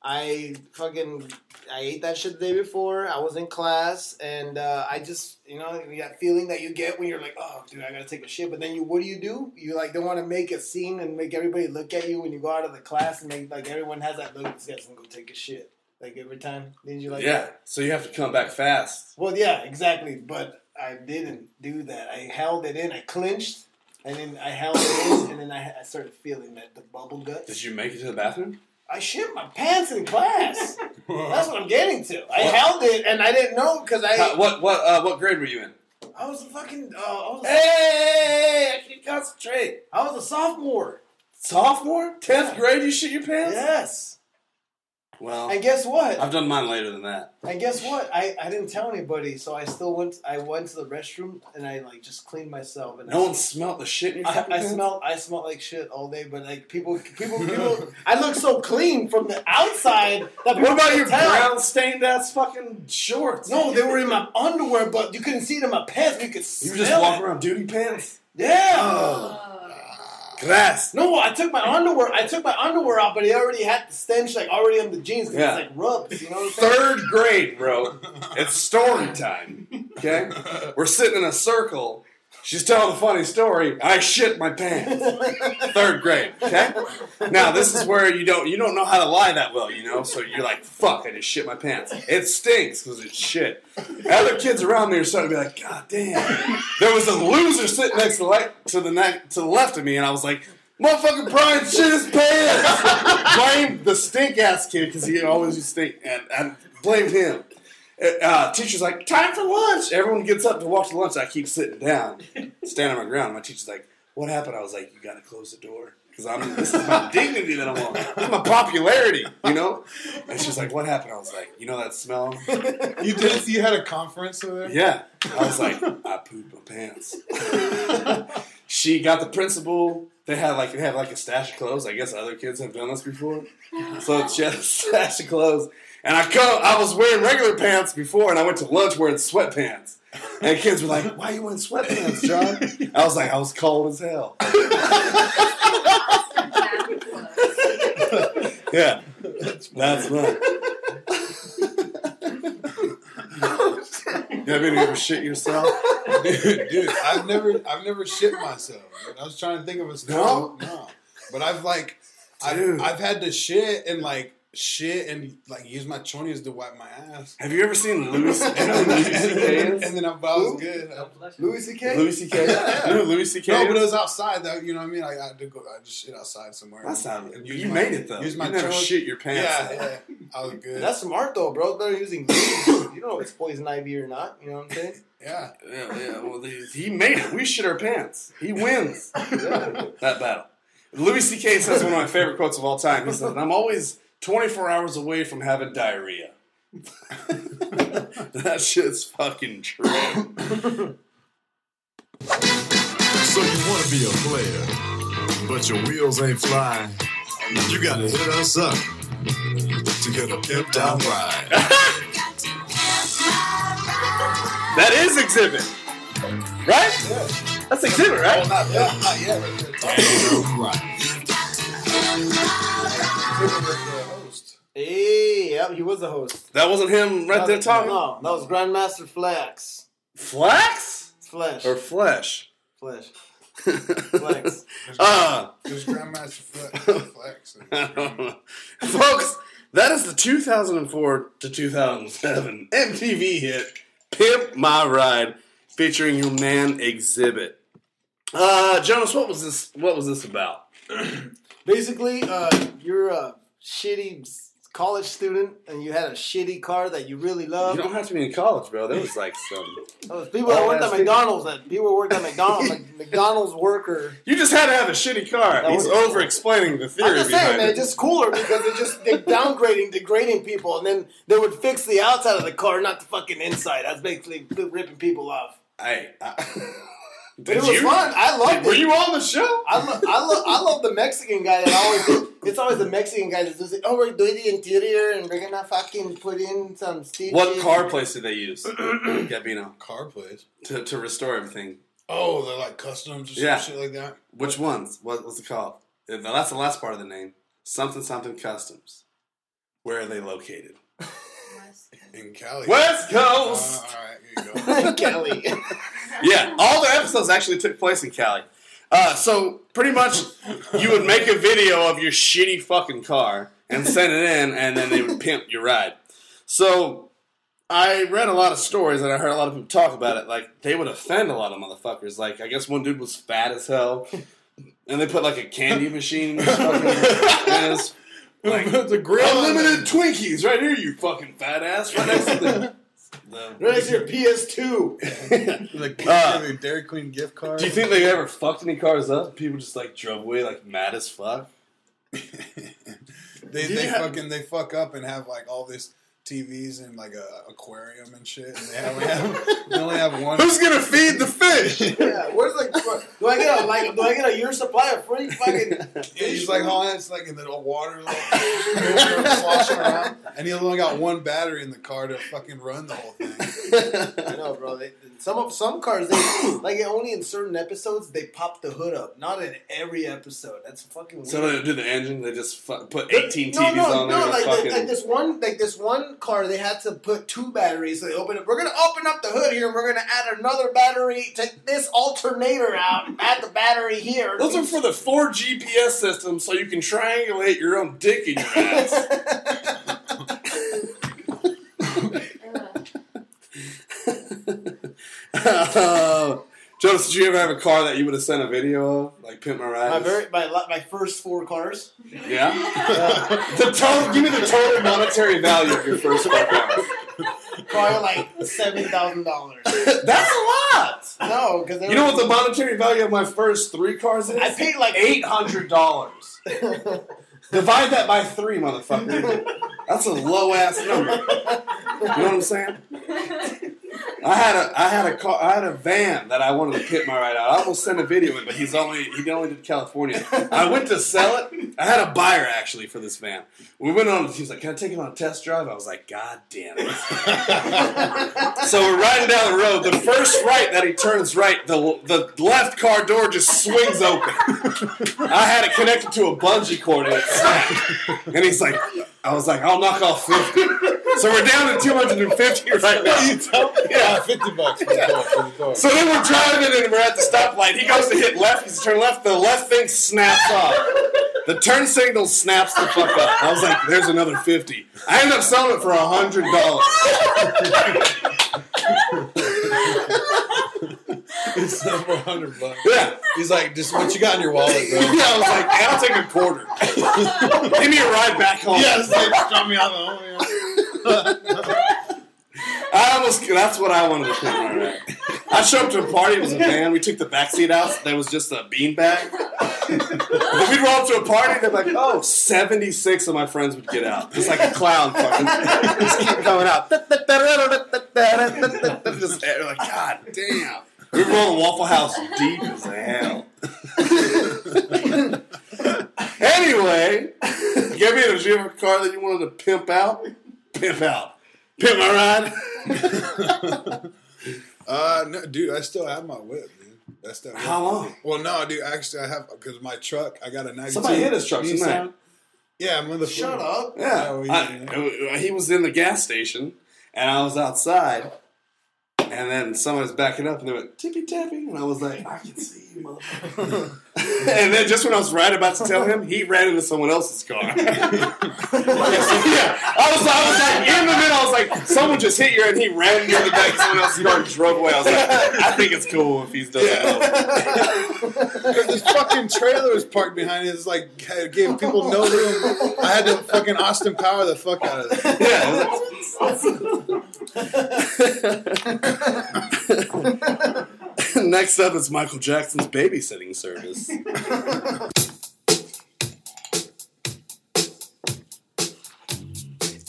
I fucking I ate that shit the day before. I was in class, and uh, I just you know you that feeling that you get when you're like, oh, dude, I gotta take a shit. But then you, what do you do? You like don't want to make a scene and make everybody look at you when you go out of the class and make like everyone has that look. This guy's gonna go take a shit. Like every time, didn't you like?
yeah. So you have to come back fast.
Well, yeah, exactly. But I didn't do that. I held it in. I clenched, and then I held it in, and then I, I started feeling that the bubble guts.
Did you make it to the bathroom?
I shit my pants in class. That's what I'm getting to. I held it and I didn't know because I
How- what what uh, what grade were you in?
I was a fucking uh, I, was a,
Hey, I can concentrate.
I was a sophomore.
Sophomore, tenth grade, you shit your pants.
Yes.
Well,
And guess what?
I've done mine later than that.
And guess what? I, I didn't tell anybody, so I still went. I went to the restroom and I like just cleaned myself. And
No
I,
one smelled the shit in your
I,
fucking
I
pants?
smelled. I smelled like shit all day, but like people, people, people. I look so clean from the outside. That
What
people
about
can
your
tell.
brown stained ass fucking shorts?
No, they were in my underwear, but you couldn't see it in my pants. but You could
You
smell
were just walking
it.
around duty pants?
Yeah.
Oh. Grass.
No, I took my underwear. I took my underwear out, but it already had the stench like already on the jeans. 'cause
Yeah.
It's like rubs. You know what I'm saying?
Third grade, bro. It's story time. Okay? We're sitting in a circle. She's telling a funny story. I shit my pants. Third grade. Okay? Now this is where you don't you don't know how to lie that well, you know? So you're like, fuck, I just shit my pants. It stinks because it's shit. Other kids around me are starting to be like, God damn. There was a loser sitting next to like to the ne- to the left of me, and I was like, Motherfucking Brian shit his pants. Blame the stink ass kid because he always used to stink, and, and blamed him. Uh, teacher's like, time for lunch. Everyone gets up to walk to lunch. I keep sitting down, standing on my ground. My teacher's like, what happened? I was like, you gotta close the door because I'm this is my dignity that I'm on. This is my popularity, you know. And she's like, what happened? I was like, you know that smell?
You did. You had a conference over there.
Yeah. I was like, I pooped my pants. she got the principal. They had like they have like a stash of clothes. I guess other kids have done this before. So she had a stash of clothes. And I come, I was wearing regular pants before, and I went to lunch wearing sweatpants. And kids were like, "Why are you wearing sweatpants, John?" I was like, "I was cold as hell." Yeah, that's right. you ever give a shit yourself?
dude, dude, I've never, I've never shit myself. dude. I was trying to think of a story.
No?
but I've like, I've,
Dude.
I've had to shit and like shit and like use my chonies to wipe my ass.
Have you ever seen Louis?
And then,
Louis
and then I, but I was good.
Louis C.K.
Louis C.K.
Yeah.
You know Louis C.K.
No, but it
is?
was outside though. You know what I mean? I, I had to go. I just shit outside somewhere.
That's not.
And
You,
use
you
my-
made it though.
Use my
you never
choni-
shit your pants.
Yeah, yeah. I was good.
That's smart though, bro. They're using. you don't know if it's poison ivy or not. You know what I'm saying?
yeah.
yeah, yeah. Well, he, he made it. We shit our pants. He wins that battle. Louis C.K. says one of my favorite quotes of all time. He says, "I'm always 24 hours away from having diarrhea." that shit's fucking true.
So you want to be a player, but your wheels ain't flying. You got to hit us up to get a pimped out ride.
That is exhibit, right? That's exhibit, right?
Not, yeah, not yet. Right there.
Right.
The host.
Hey, yeah, he was the host.
That wasn't him right there talking.
No, that was Grandmaster Flax.
Flax
Flesh.
or flesh?
Flesh.
Flax.
Flex.
Ah.
There's Grandmaster Flex. Flex.
Folks, that is the 2004 to 2007 MTV hit Pimp My Ride featuring your man Exhibit. Uh, Jonas, what was this what was this about?
Basically, uh, you're a shitty s- college student, and you had a shitty car that you really
You
loved.
don't have to be in college, bro. That was like some
Those people that
Oh,
worked at
that's it.
McDonald's, that people worked at McDonald's, like McDonald's worker.
You just had to have a shitty car. He's
was-
over explaining the theory
I'm just
behind
saying, man,
it.
it's just cooler because they're just they're downgrading, degrading people, and then they would fix the outside of the car, not the fucking inside. That's basically ripping people off.
Hey, I-
But
Did
it was
you?
fun. I loved
Were
it.
you on the show?
I, lo- I, lo- I love the Mexican guy that always it's always the Mexican guy that's just like, oh, we're doing the interior and we're gonna fucking put in some stitches.
What car place did they use? Gabino.
Car plays.
To, to restore everything.
Oh, they're like customs or some
Yeah.
shit like that.
Which ones? What, what's it called? Uh, That's the last part of the name. Something something customs. Where are they located?
In Cali.
West
Uh, all
Coast.
right, here you go.
Kelly?
yeah, all the episodes actually took place in Cali. Uh, so pretty much, you would make a video of your shitty fucking car and send it in, and then they would pimp your ride. So I read a lot of stories and I heard a lot of people talk about it. Like they would offend a lot of motherfuckers. Like I guess one dude was fat as hell, and they put like a candy machine in his fucking in his like,
the grill on
Unlimited Twinkies right here, you fucking fat ass. Right next to the.
Where's your PS2?
The
Uh,
the Dairy Queen gift card.
Do you think they ever fucked any cars up? People just like drove away like mad as fuck.
They, they
Yeah.
fucking they fuck up and have like all this TVs and like a aquarium and shit. And they, have, we have, they only have one.
Who's gonna feed the fish?
Yeah, where's like do I get a like do I get a year supply of free fucking
Yeah, he's like
"Oh,
hauling it's like in the water, like, sloshing around, and he only got one battery in the car to fucking run the whole thing.
I know, bro. They, some of some cars, they like only in certain episodes they pop the hood up. Not in every episode. That's fucking weird.
so they don't do the engine. They just fu- put 18 TVs
no, no,
on there.
no.
and
Like,
fucking,
the, like this one, like this one car, they had to put two batteries. So they open up. We're gonna open up the hood here. We're gonna add another battery. Take this alternator out. and Add the battery here.
Those are for the four GPS system, so you can triangulate your own dick in your ass.
Ugh.
uh, Jonas, did you ever have a car that you would have sent a video of, like Pimp My Ride?
my very my la- my first four cars.
yeah. the total, give me the total monetary value of your first car.
Probably like seven thousand dollars.
That's a lot.
No, because
You know what the monetary value of my first three cars is?
I paid like
eight hundred dollars. Divide that by three, motherfucker. That's a low ass number. You know what I'm saying? I had a I had a car I had a van that I wanted to pit my ride out. I almost sent a video in, but he's only he only did California. I went to sell it. I had a buyer actually for this van. We went on. He was like, "Can I take it on a test drive?" I was like, "God damn it!" So we're riding down the road. The first right that he turns right, the the left car door just swings open. I had it connected to a bungee cord and it snapped. And he's like, I was like, I'll knock off 50. So we're down to 250 right now. Yeah.
Fifty bucks for the door. For the door.
So then we're driving and we're at the stoplight. He goes to hit left, he's turn left, the left thing snaps off. The turn signal snaps the fuck up. I was like, there's another 50. I ended up selling it for hundred dollars.
It's several hundred bucks.
Yeah.
He's like, just what you got in your wallet, bro?
Yeah, I was like, I'll take a quarter. Give me a ride back home.
like drop me out of the home.
I almost, that's what I wanted to put on my rack. I showed up to a party, it was a van, we took the back seat out, there was just a bean bag. But we'd roll up to a party, they're like, oh, 76 of my friends would get out. Just like a clown fucking, just keep coming out. Just, they're like, god damn. We were rolling Waffle House deep as hell. anyway, Gabby, did you have a car that you wanted to pimp out? Pimp out. Pimp my ride.
Uh, no, dude, I still have my whip, dude. That's that.
How long?
Well, no, dude. Actually, I have because my truck. I got a ninety.
Somebody hit his truck tonight.
Yeah, motherfucker. Shut up.
Yeah,
Oh,
I- he was in the gas station, and I was outside, and then somebody was backing up, and they went tippy tapping, and I was like, I can see you, motherfucker. and then just when I was right about to tell him, he ran into someone else's car. yeah, so, yeah, I was, I was like in the middle. I was like, someone just hit you, and he ran into the back of someone else's car and drove away. I was like, I think it's cool if he's done. Yeah.
Because this fucking trailer was parked behind it. It's like had- gave people no room. I had to fucking Austin Power the fuck out of it.
yeah, I was like, Next up is Michael Jackson's babysitting service.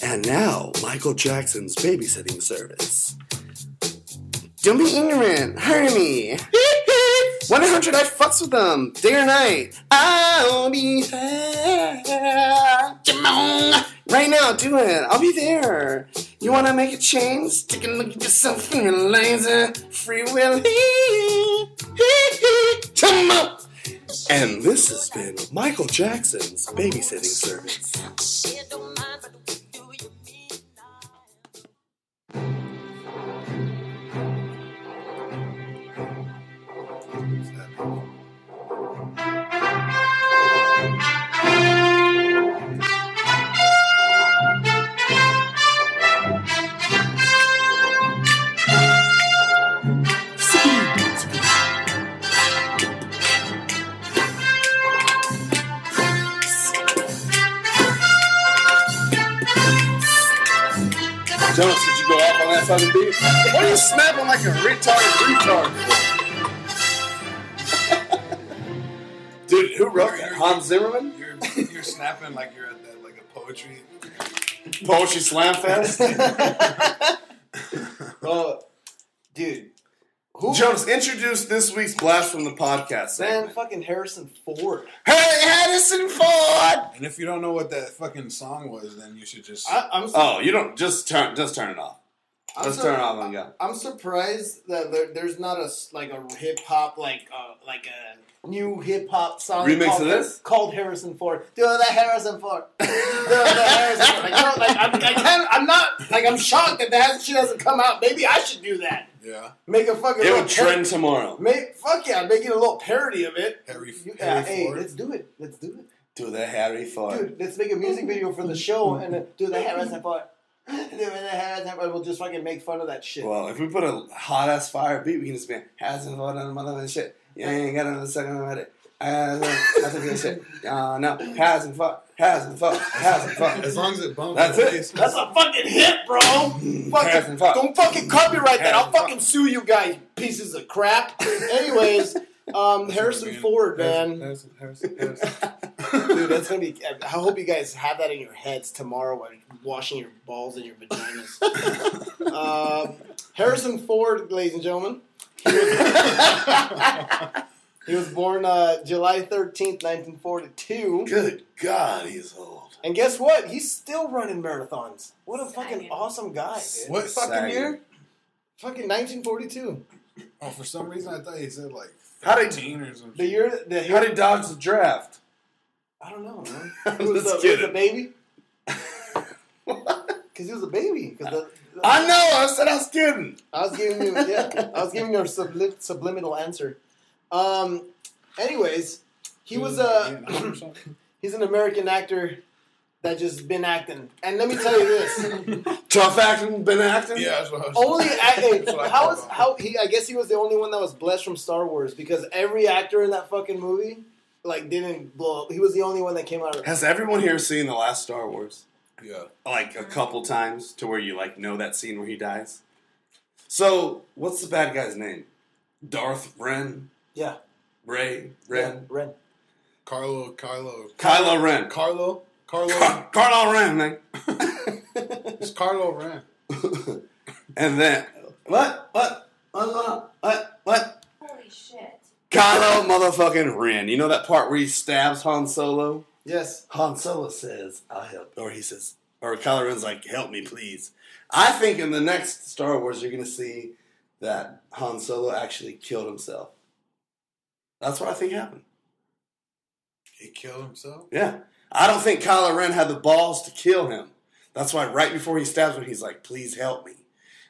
and now, Michael Jackson's babysitting service. Don't be ignorant. Hurry me. 100 I fucks with them day or night. I'll be there. Come on. Right now, do it. I'll be there. You wanna make a change? Take a look at yourself in your laser. Free will. Come on. And this has been Michael Jackson's babysitting service. Jonas, did you go off on that fucking beat? What are you snapping like a retarded retard for? Dude, who wrote that? Hans Zimmerman?
You're, you're snapping like you're at that like a poetry.
Poetry Slam Fest.
Well, dude, who
Jones, introduce this week's Blast from the Podcast.
man?
segment.
Fucking Harrison Ford.
Hey, Addison Ford!
And if you don't know what that fucking song was, then you should just.
I, I'm su-
Oh, you don't just turn just turn it off.
I'm
Just
sur-
turn it off, my God.
I'm surprised that there, there's not a s- like a hip hop like uh, like a new hip hop song
Remix of
called,
this?
called Harrison Ford. Do the Harrison Ford. Do the Harrison Ford. Like, I don't- like, I'm, I can't, I'm not like I'm shocked that that shit hasn't come out. Maybe I should do that.
yeah.
Make a fucking
It
little
would
par-
trend tomorrow.
Make, fuck yeah, making a little parody of it.
Harry, F-
You-
Harry
yeah, hey,
Ford.
let's do it. Let's do it.
Do the Harry Ford.
Dude, let's make a music video for the show and then do the Harrison Ford. Do the Harrison Ford. We'll just fucking make fun of that shit.
Well, if we put a hot ass fire beat, we can just be Harrison Ford on the motherfucking shit. You ain't got another second about it. Harrison Ford, shit. Uh, no, Harrison Ford, Harrison Ford, Harrison Ford.
As long as it bumps.
That's
the
it.
bass.
That's a fucking hit, bro. Fucking,
Harrison Ford.
don't fucking copyright that. I'll
Harrison Ford.
fucking sue you guys, pieces of crap. Anyways, um, Harrison Ford, man.
Harrison, Harrison, Harrison.
Dude, that's gonna be. I hope you guys have that in your heads tomorrow when washing your balls and your vaginas. uh, Harrison Ford, ladies and gentlemen. He was, he was born uh, July 13th, 1942.
Good God, he's old.
And guess what? He's still running marathons. What a fucking
Sagging.
awesome guy, dude.
What fucking
Sagging.
year?
Fucking 1942.
Oh, for some reason I thought he said like
How did-
13 or something.
The year, the
How
year,
did Dodge the draft?
I don't know, man.
I'm
He was,
just
a, he was a
kidding.
baby. Because he was a baby. 'Cause the-
I know. I said I was kidding.
I was giving you, yeah, I was giving you a sublim- subliminal answer. Um, anyways, he was
Mm-hmm.
a he's an American actor that just been acting. And let me tell you this:
Tough acting, been acting.
yeah, that's what I was
only act- hey,
That's what I
how
thought
is
about.
how he? I guess he was the only one that was blessed from Star Wars because every actor in that fucking movie like didn't blow up. He was the only one that came out. of
Has everyone here seen the last Star Wars?
Yeah.
like a couple times to where you like know that scene where he dies. So what's the bad guy's name? Darth Ren,
Yeah,
Ray,
yeah,
Ren,
Ren.
Carlo, Carlo,
Kylo Ren, Car-
Carlo, Carlo,
Car- Carlo Ren, man.
it's Carlo Ren.
and then what? What? What's going on? What? What?
Holy shit.
Kylo motherfucking Ren. You know that part where he stabs Han Solo?
Yes,
Han Solo says, "I'll help," or he says, or Kylo Ren's like, "Help me, please." I think in the next Star Wars, you're gonna see that Han Solo actually killed himself. That's what I think happened.
He killed himself.
Yeah, I don't think Kylo Ren had the balls to kill him. That's why right before he stabs him, he's like, "Please help me,"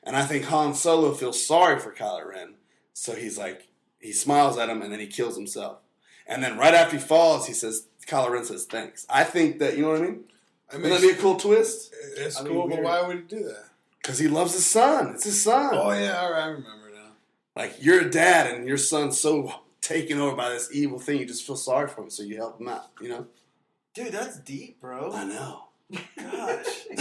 and I think Han Solo feels sorry for Kylo Ren, so he's like, he smiles at him and then he kills himself. And then right after he falls, he says, Kylo Ren says, "Thanks." I think that you know what I mean.
I mean,
Wouldn't that be a cool twist?
it's
I mean,
cool, but
weird.
why would he do that?
Because he loves his son. It's his son.
Oh yeah, all right, I remember now.
Like, you're a dad, and your son's so taken over by this evil thing, you just feel sorry for him, so you help him out, you know?
dude, that's deep,
I
bro.
know.
Gosh.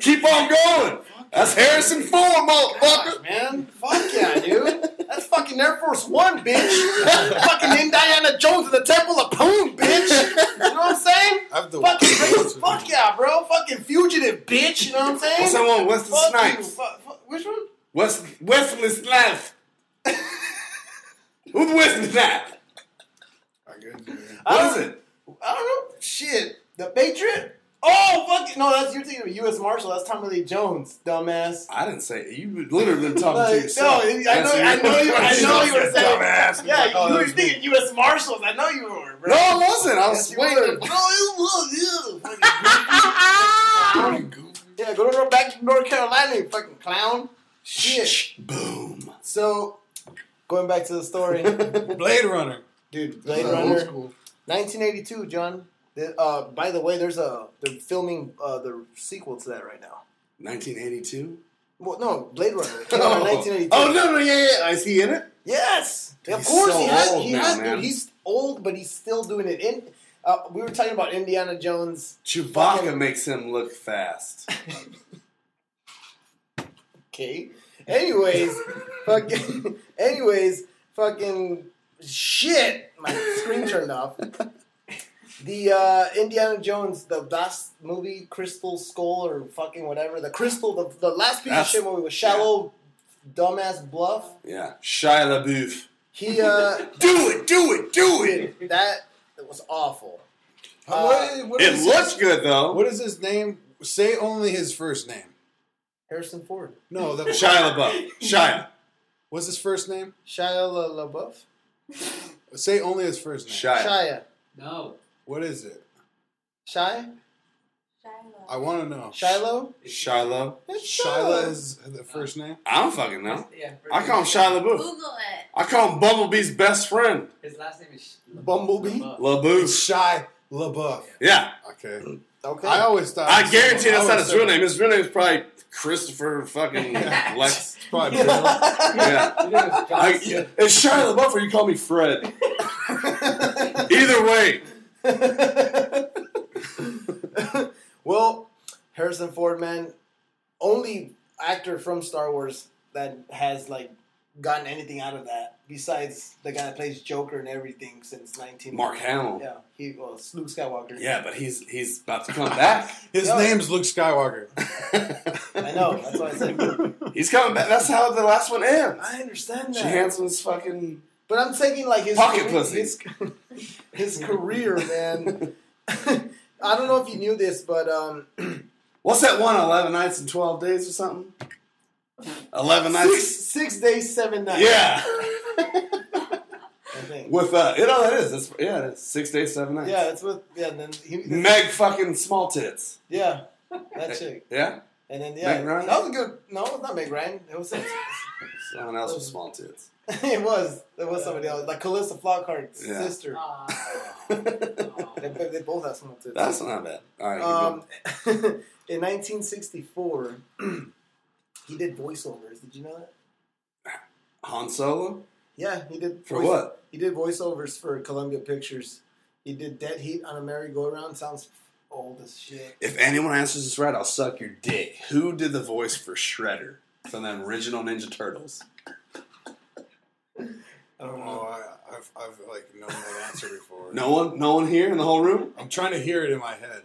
Keep on going! That's Harrison Ford,
Fuck
motherfucker!
man. Fuck yeah, dude. That's fucking Air Force One, bitch. fucking Indiana Jones and the Temple of Poon, bitch. You know what I'm saying?
I've the
Fucking fuck yeah, bro. Fucking fugitive, bitch. You know what I'm saying?
What's that one? Wesley
Fuck you.
Snipes.
Fu- fu- which one?
Wes- Wesley Snipes. Who's Wesley Snipes?
I couldn't do it.
I
What is
don't-
it?
I don't know. Shit. The Patriot? Oh, fuck. No, that's you're thinking of U.S. Marshal. That's Tommy Lee Jones, dumbass.
I didn't say it. You were literally been talking
No,
to yourself.
I know- I know you- I know you were saying-
oh,
Dumbass.
Yeah, you
that
were
was me.
thinking U.S. Marshals. I know you were, bro.
No, I wasn't. I was
Yes, you were.
waiting.
No, it was, yeah. Fucking goofy. Yeah, go to back to North Carolina, you fucking clown. Shit.
Boom.
So, going back to the story,
Blade Runner.
dude, Blade
Old
Runner,
school.
1982, John. The- Uh, by the way, there's a they're filming uh, the sequel to that right now.
1982.
Well, no, Blade Runner. It came out in 1982.
Oh, no, no, yeah, yeah. Is he in it?
Yes,
Dude,
of
he's
course
so
he has.
old
He
now,
has
man.
dude, he's old, but he's still doing it. In uh, we were talking about Indiana Jones.
Chewbacca makes him look fast.
Okay. Anyways, fucking. Anyways, fucking shit. My screen turned off. The uh, Indiana Jones, the last movie, Crystal Skull or fucking whatever. The Crystal, the, the last piece
That's-
of shit movie was Shallow, dumbass bluff.
Yeah, Shia LaBeouf.
He uh,
Do it, do it, do it.
that was awful.
How- what- what
It
is
looks
his-
good though.
Uh, What is his name? Say only his first name.
Harrison Ford,
No, that was,
Shia LaBeouf. Shia.
what's his first name?
Shia LaBeouf,
Say only his first name.
Shia.
Shia,
No.
What is it?
Shia,
I want to know.
Shiloh.
Shiloh.
It's
Shyla
Shiloh.
is the first name.
I don't fucking know.
Yeah.
I call him Shia LaBeouf.
Google it.
I call him Bumblebee's best friend,
His last name is
Bumblebee?
It's
LaBeouf.
Shy LaBeouf.
Yeah,
Okay.
Okay.
I always thought.
I guarantee that's not
always
his real
thought
name. His real name is probably Christopher fucking Lex.
it's Probably Bill.
Yeah. I, yeah. It's Shia LaBeouf or you call me Fred. Either way.
well, Harrison Ford, man, only actor from Star Wars that has like gotten anything out of that besides the guy that plays Joker and everything since nineteen.
Mark Hamill. Yeah.
Yeah, he was Luke Skywalker.
but he's he's about to come back.
His
Yo.
name's Luke Skywalker.
I know. That's why I said
he's coming back. That's how the last one ends.
I understand that.
Johansson's fucking
But I'm taking like his
Pocket
career,
pussy.
His, his career, man. I don't know if you knew this, but um,
What's that one? Eleven nights and twelve days or something? Eleven
six,
nights.
six days, seven nights.
Yeah.
I think.
With uh, you know that is. That's, yeah, that's six days, seven nights.
Yeah, that's what. Yeah, then he,
Meg fucking small tits.
yeah, that chick.
Yeah.
And then yeah,
Meg Ryan?
that was a good. No, it's not Meg Ryan. It was
Someone else
Oh.
with small tits.
it was it was somebody else, like Calista Flockhart's
Yeah.
sister. They, they both have small tits.
that's not bad. All right. keep
um,
going.
in 1964, he did voiceovers. Did you know that?
Han Solo.
Yeah, he did.
For what?
He did voiceovers for Columbia Pictures. He did Dead Heat on a Merry-Go-Round. Sounds old as shit.
If anyone answers this right, I'll suck your dick. Who did the voice for Shredder from the original Ninja Turtles?
I don't know. Oh, I, I've, I've like known that answer before.
No one. No one here in the whole room.
I'm trying to hear it in my head.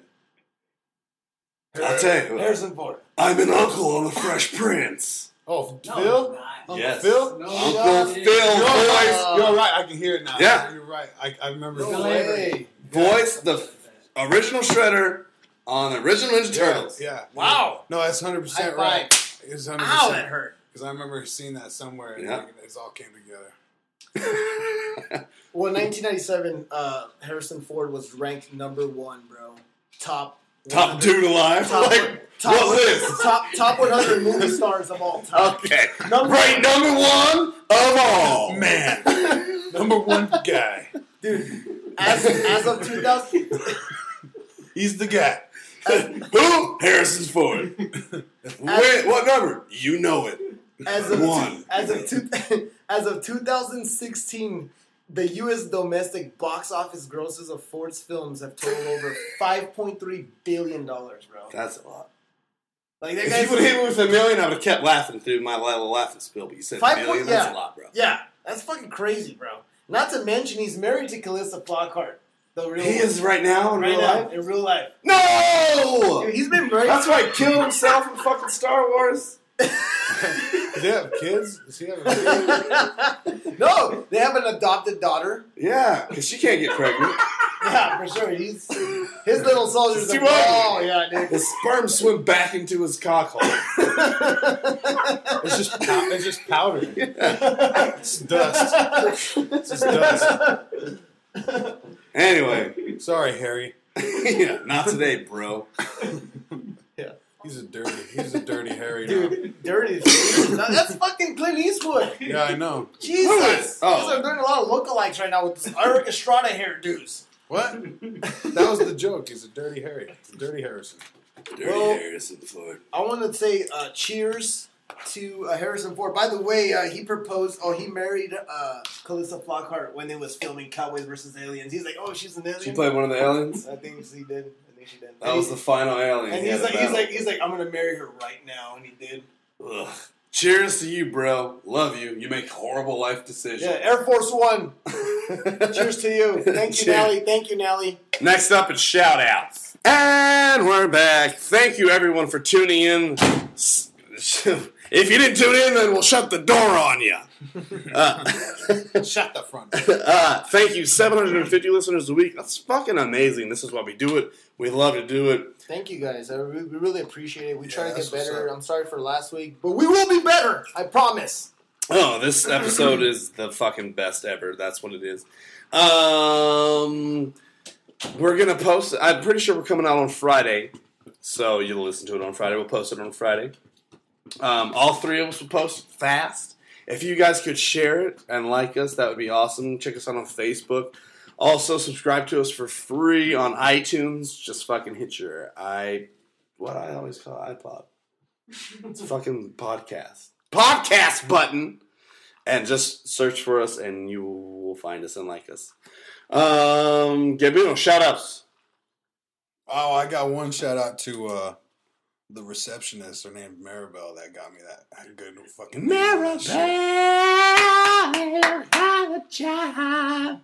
I'll tell you.
Harrison Ford.
I'm an uncle on the Fresh Prince.
Oh,
No,
Phil?
it's not.
Uncle
Yes.
Phil?
No,
Uncle
shit.
Phil,
You're
boys.
right. You're right. I can hear it now.
Yeah.
You're right. I, I remember.
No
Phil.
way.
voiced the original Shredder on the original Ninja
Yeah,
Turtles.
Yeah.
Wow.
No, that's 100%
High five.
right. It's 100%.
Ow, that hurt.
Because I remember seeing that somewhere and
Yeah.
like, it all came together.
Well, in 1997, uh, Harrison Ford was ranked number one, bro. Top.
Top
100
dude alive.
Top,
like,
top,
what's this?
top top 100 movie stars of all time.
Okay.
Number-
Right, number one of all.
Man. Number one guy.
As, as of 2000,
He's the guy.
Who? Harrison Ford. Wait, what number? You know it.
as of
One.
as of two, as of 2016, the U.S. domestic box office grosses of Ford's films have totaled over 5.3 billion dollars, bro.
That's a lot.
Like that
If you would have
guy's
hit me with a million, I would have kept laughing through my little laughing spill. But you said
Five
million.
point-
That's
yeah.
a lot, bro.
yeah, that's fucking crazy, bro. Not to mention he's married to Calista Flockhart, the real
He is right now in
right
real
now
life.
in real life.
No.
Dude, he's been married.
That's why he killed himself in fucking Star Wars.
Does he have kids? Does he have kids?
no, they have an adopted daughter.
Yeah, because she can't get pregnant.
Yeah, for sure. He's his little soldiers.
It's too
are- oh
ugly.
yeah, dude.
The sperm swim back into his cock hole.
It's just, pow- it's just powder. It's dust. It's just dust.
Anyway,
Sorry, Harry.
yeah, not today, bro.
He's a dirty. He's a dirty Harry. now.
Dude, dirty. as- No, that's fucking Clint Eastwood.
Yeah, I know.
Jesus.
Oh.
Because I'm doing a lot of lookalikes right now with this Eric Estrada hairdos.
What? That was the joke. He's a dirty Harry. It's a dirty Harrison.
Dirty
Well-
Harrison Ford.
I want to say uh, cheers to uh, Harrison Ford. By the way, uh, he proposed, oh, he married uh, Calista Flockhart when they was filming Cowboys versus Aliens. He's like, oh, she's an alien.
She played one of the aliens.
I think she did. I think she did.
That was the final alien.
and
he
he's
had
like,
a
he's
battle.
like, he's like, I'm gonna marry her right now, and he did.
Ugh. Cheers to you, bro. Love you. You make horrible life decisions.
Yeah, Air Force One. Cheers to you. Thank you,
Cheers.
Nelly. Thank you, Nelly.
Next up is shout outs. And we're back. Thank you everyone for tuning in. S- If you didn't tune in, then we'll shut the door on you.
Shut the front.
Uh, thank you, 750 listeners a week. That's fucking amazing. This is why we do it. We love to do it.
Thank you guys. I re- we really appreciate it. We try to
that's
get
what's
better.
up.
I'm sorry for last week, but we will be better. I promise.
Oh, this episode is the fucking best ever. That's what it is. Um, we're gonna post. I'm pretty sure we're coming out on Friday, so you'll listen to it on Friday. We'll post it on Friday. Um, all three of us will post it fast. If you guys could share it and like us, that would be awesome. Check us out on Facebook. Also, subscribe to us for free on iTunes. Just fucking hit your i. What I always call iPod. It's fucking podcast. Podcast button. And just search for us and you will find us and like us. Um Gabino, shout outs.
Oh, I got one shout out to uh, the receptionist. Her name's Maribel. That got me that good fucking Maribel.
Um,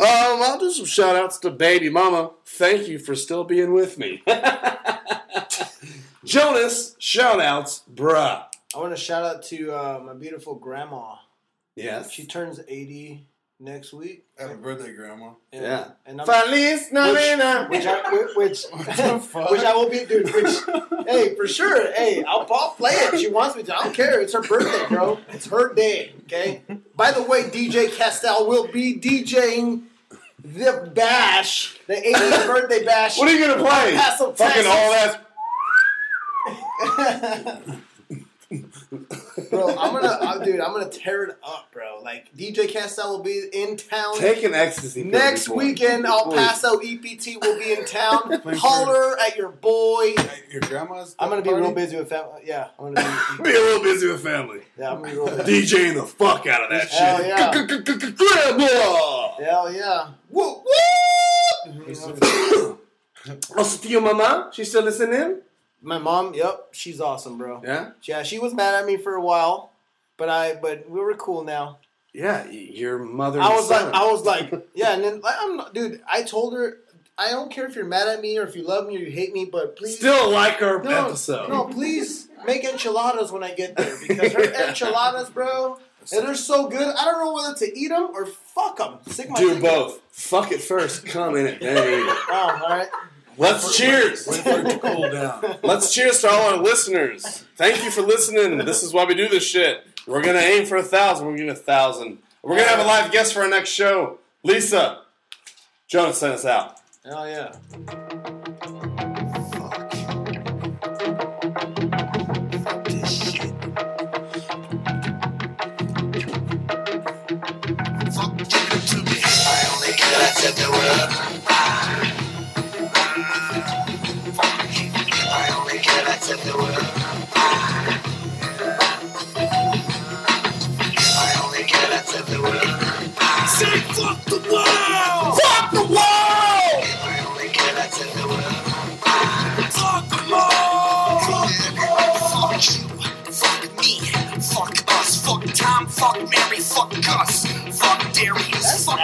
I'll do some shout outs to baby mama. Thank you for still being with me. Jonas, shout outs, bruh.
I want to shout out to uh, my beautiful grandma.
Yes.
She turns 80 next week.
Happy birthday, Grandma.
And,
Yeah.
And I'm,
Feliz Navidad.
which I, whi- which
the fuck?
which I will be, dude. Which, hey, for sure. Hey, I'll, I'll play it. She wants me to. I don't care. It's her birthday, bro. It's her day. Okay. By the way, DJ Castell will be DJing the bash, the 80th birthday bash.
What are you gonna play?
Paso,
Fucking
Texas.
all that
bro? I'm gonna, uh, dude. I'm gonna tear it up, bro. Like DJ Castell will be in town.
Take an ecstasy. pill
Next
before.
weekend, El Paso EPT will be in town. Holler at your boy.
Hey, your grandma's.
I'm gonna be
party?
real busy with family. Yeah, I'm gonna
Be
be.
a real busy with family.
Yeah, I'm gonna be real busy.
DJing the fuck out of that
Hell
shit.
yeah.
Grandma!
Hell yeah.
Woo, woo!
Oh,
Also, your mama, she still listening?
My mom, yep, she's awesome, bro. Yeah.
Yeah?
she was mad at me for a while, but I but we were cool now.
Yeah, y- your mother.
I was
son.
like I was like, yeah, and then like, I'm not, dude, I told her I don't care if you're mad at me or if you love me or you hate me, but please
still like our
no,
episode.
no, please make enchiladas when I get there because her enchiladas, bro, and they're so good. I don't know whether to eat them or fuck them. Sick my
Do
dick.
both. Fuck it first, come in it, then eat it.
Oh, all right.
Let's cheers!
Wait for it to cool down.
Let's cheers to all our listeners. Thank you for listening. This is why we do this shit. We're gonna aim for a thousand. We're gonna get a thousand. We're gonna have a live guest for our next show. Lisa, Jonas, send us out.
Hell yeah.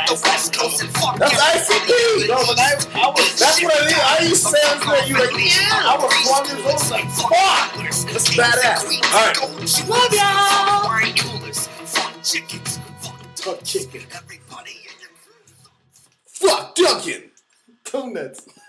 That's ICP.
No, but I, I was.
That's what I mean. I used to say I was like, you like,
I was one years old. Like, fuck. That's
badass. All
right. Love y'all. Fuck chickens. Fuck chicken. Everybody in the
fuck Duncan.
Donuts.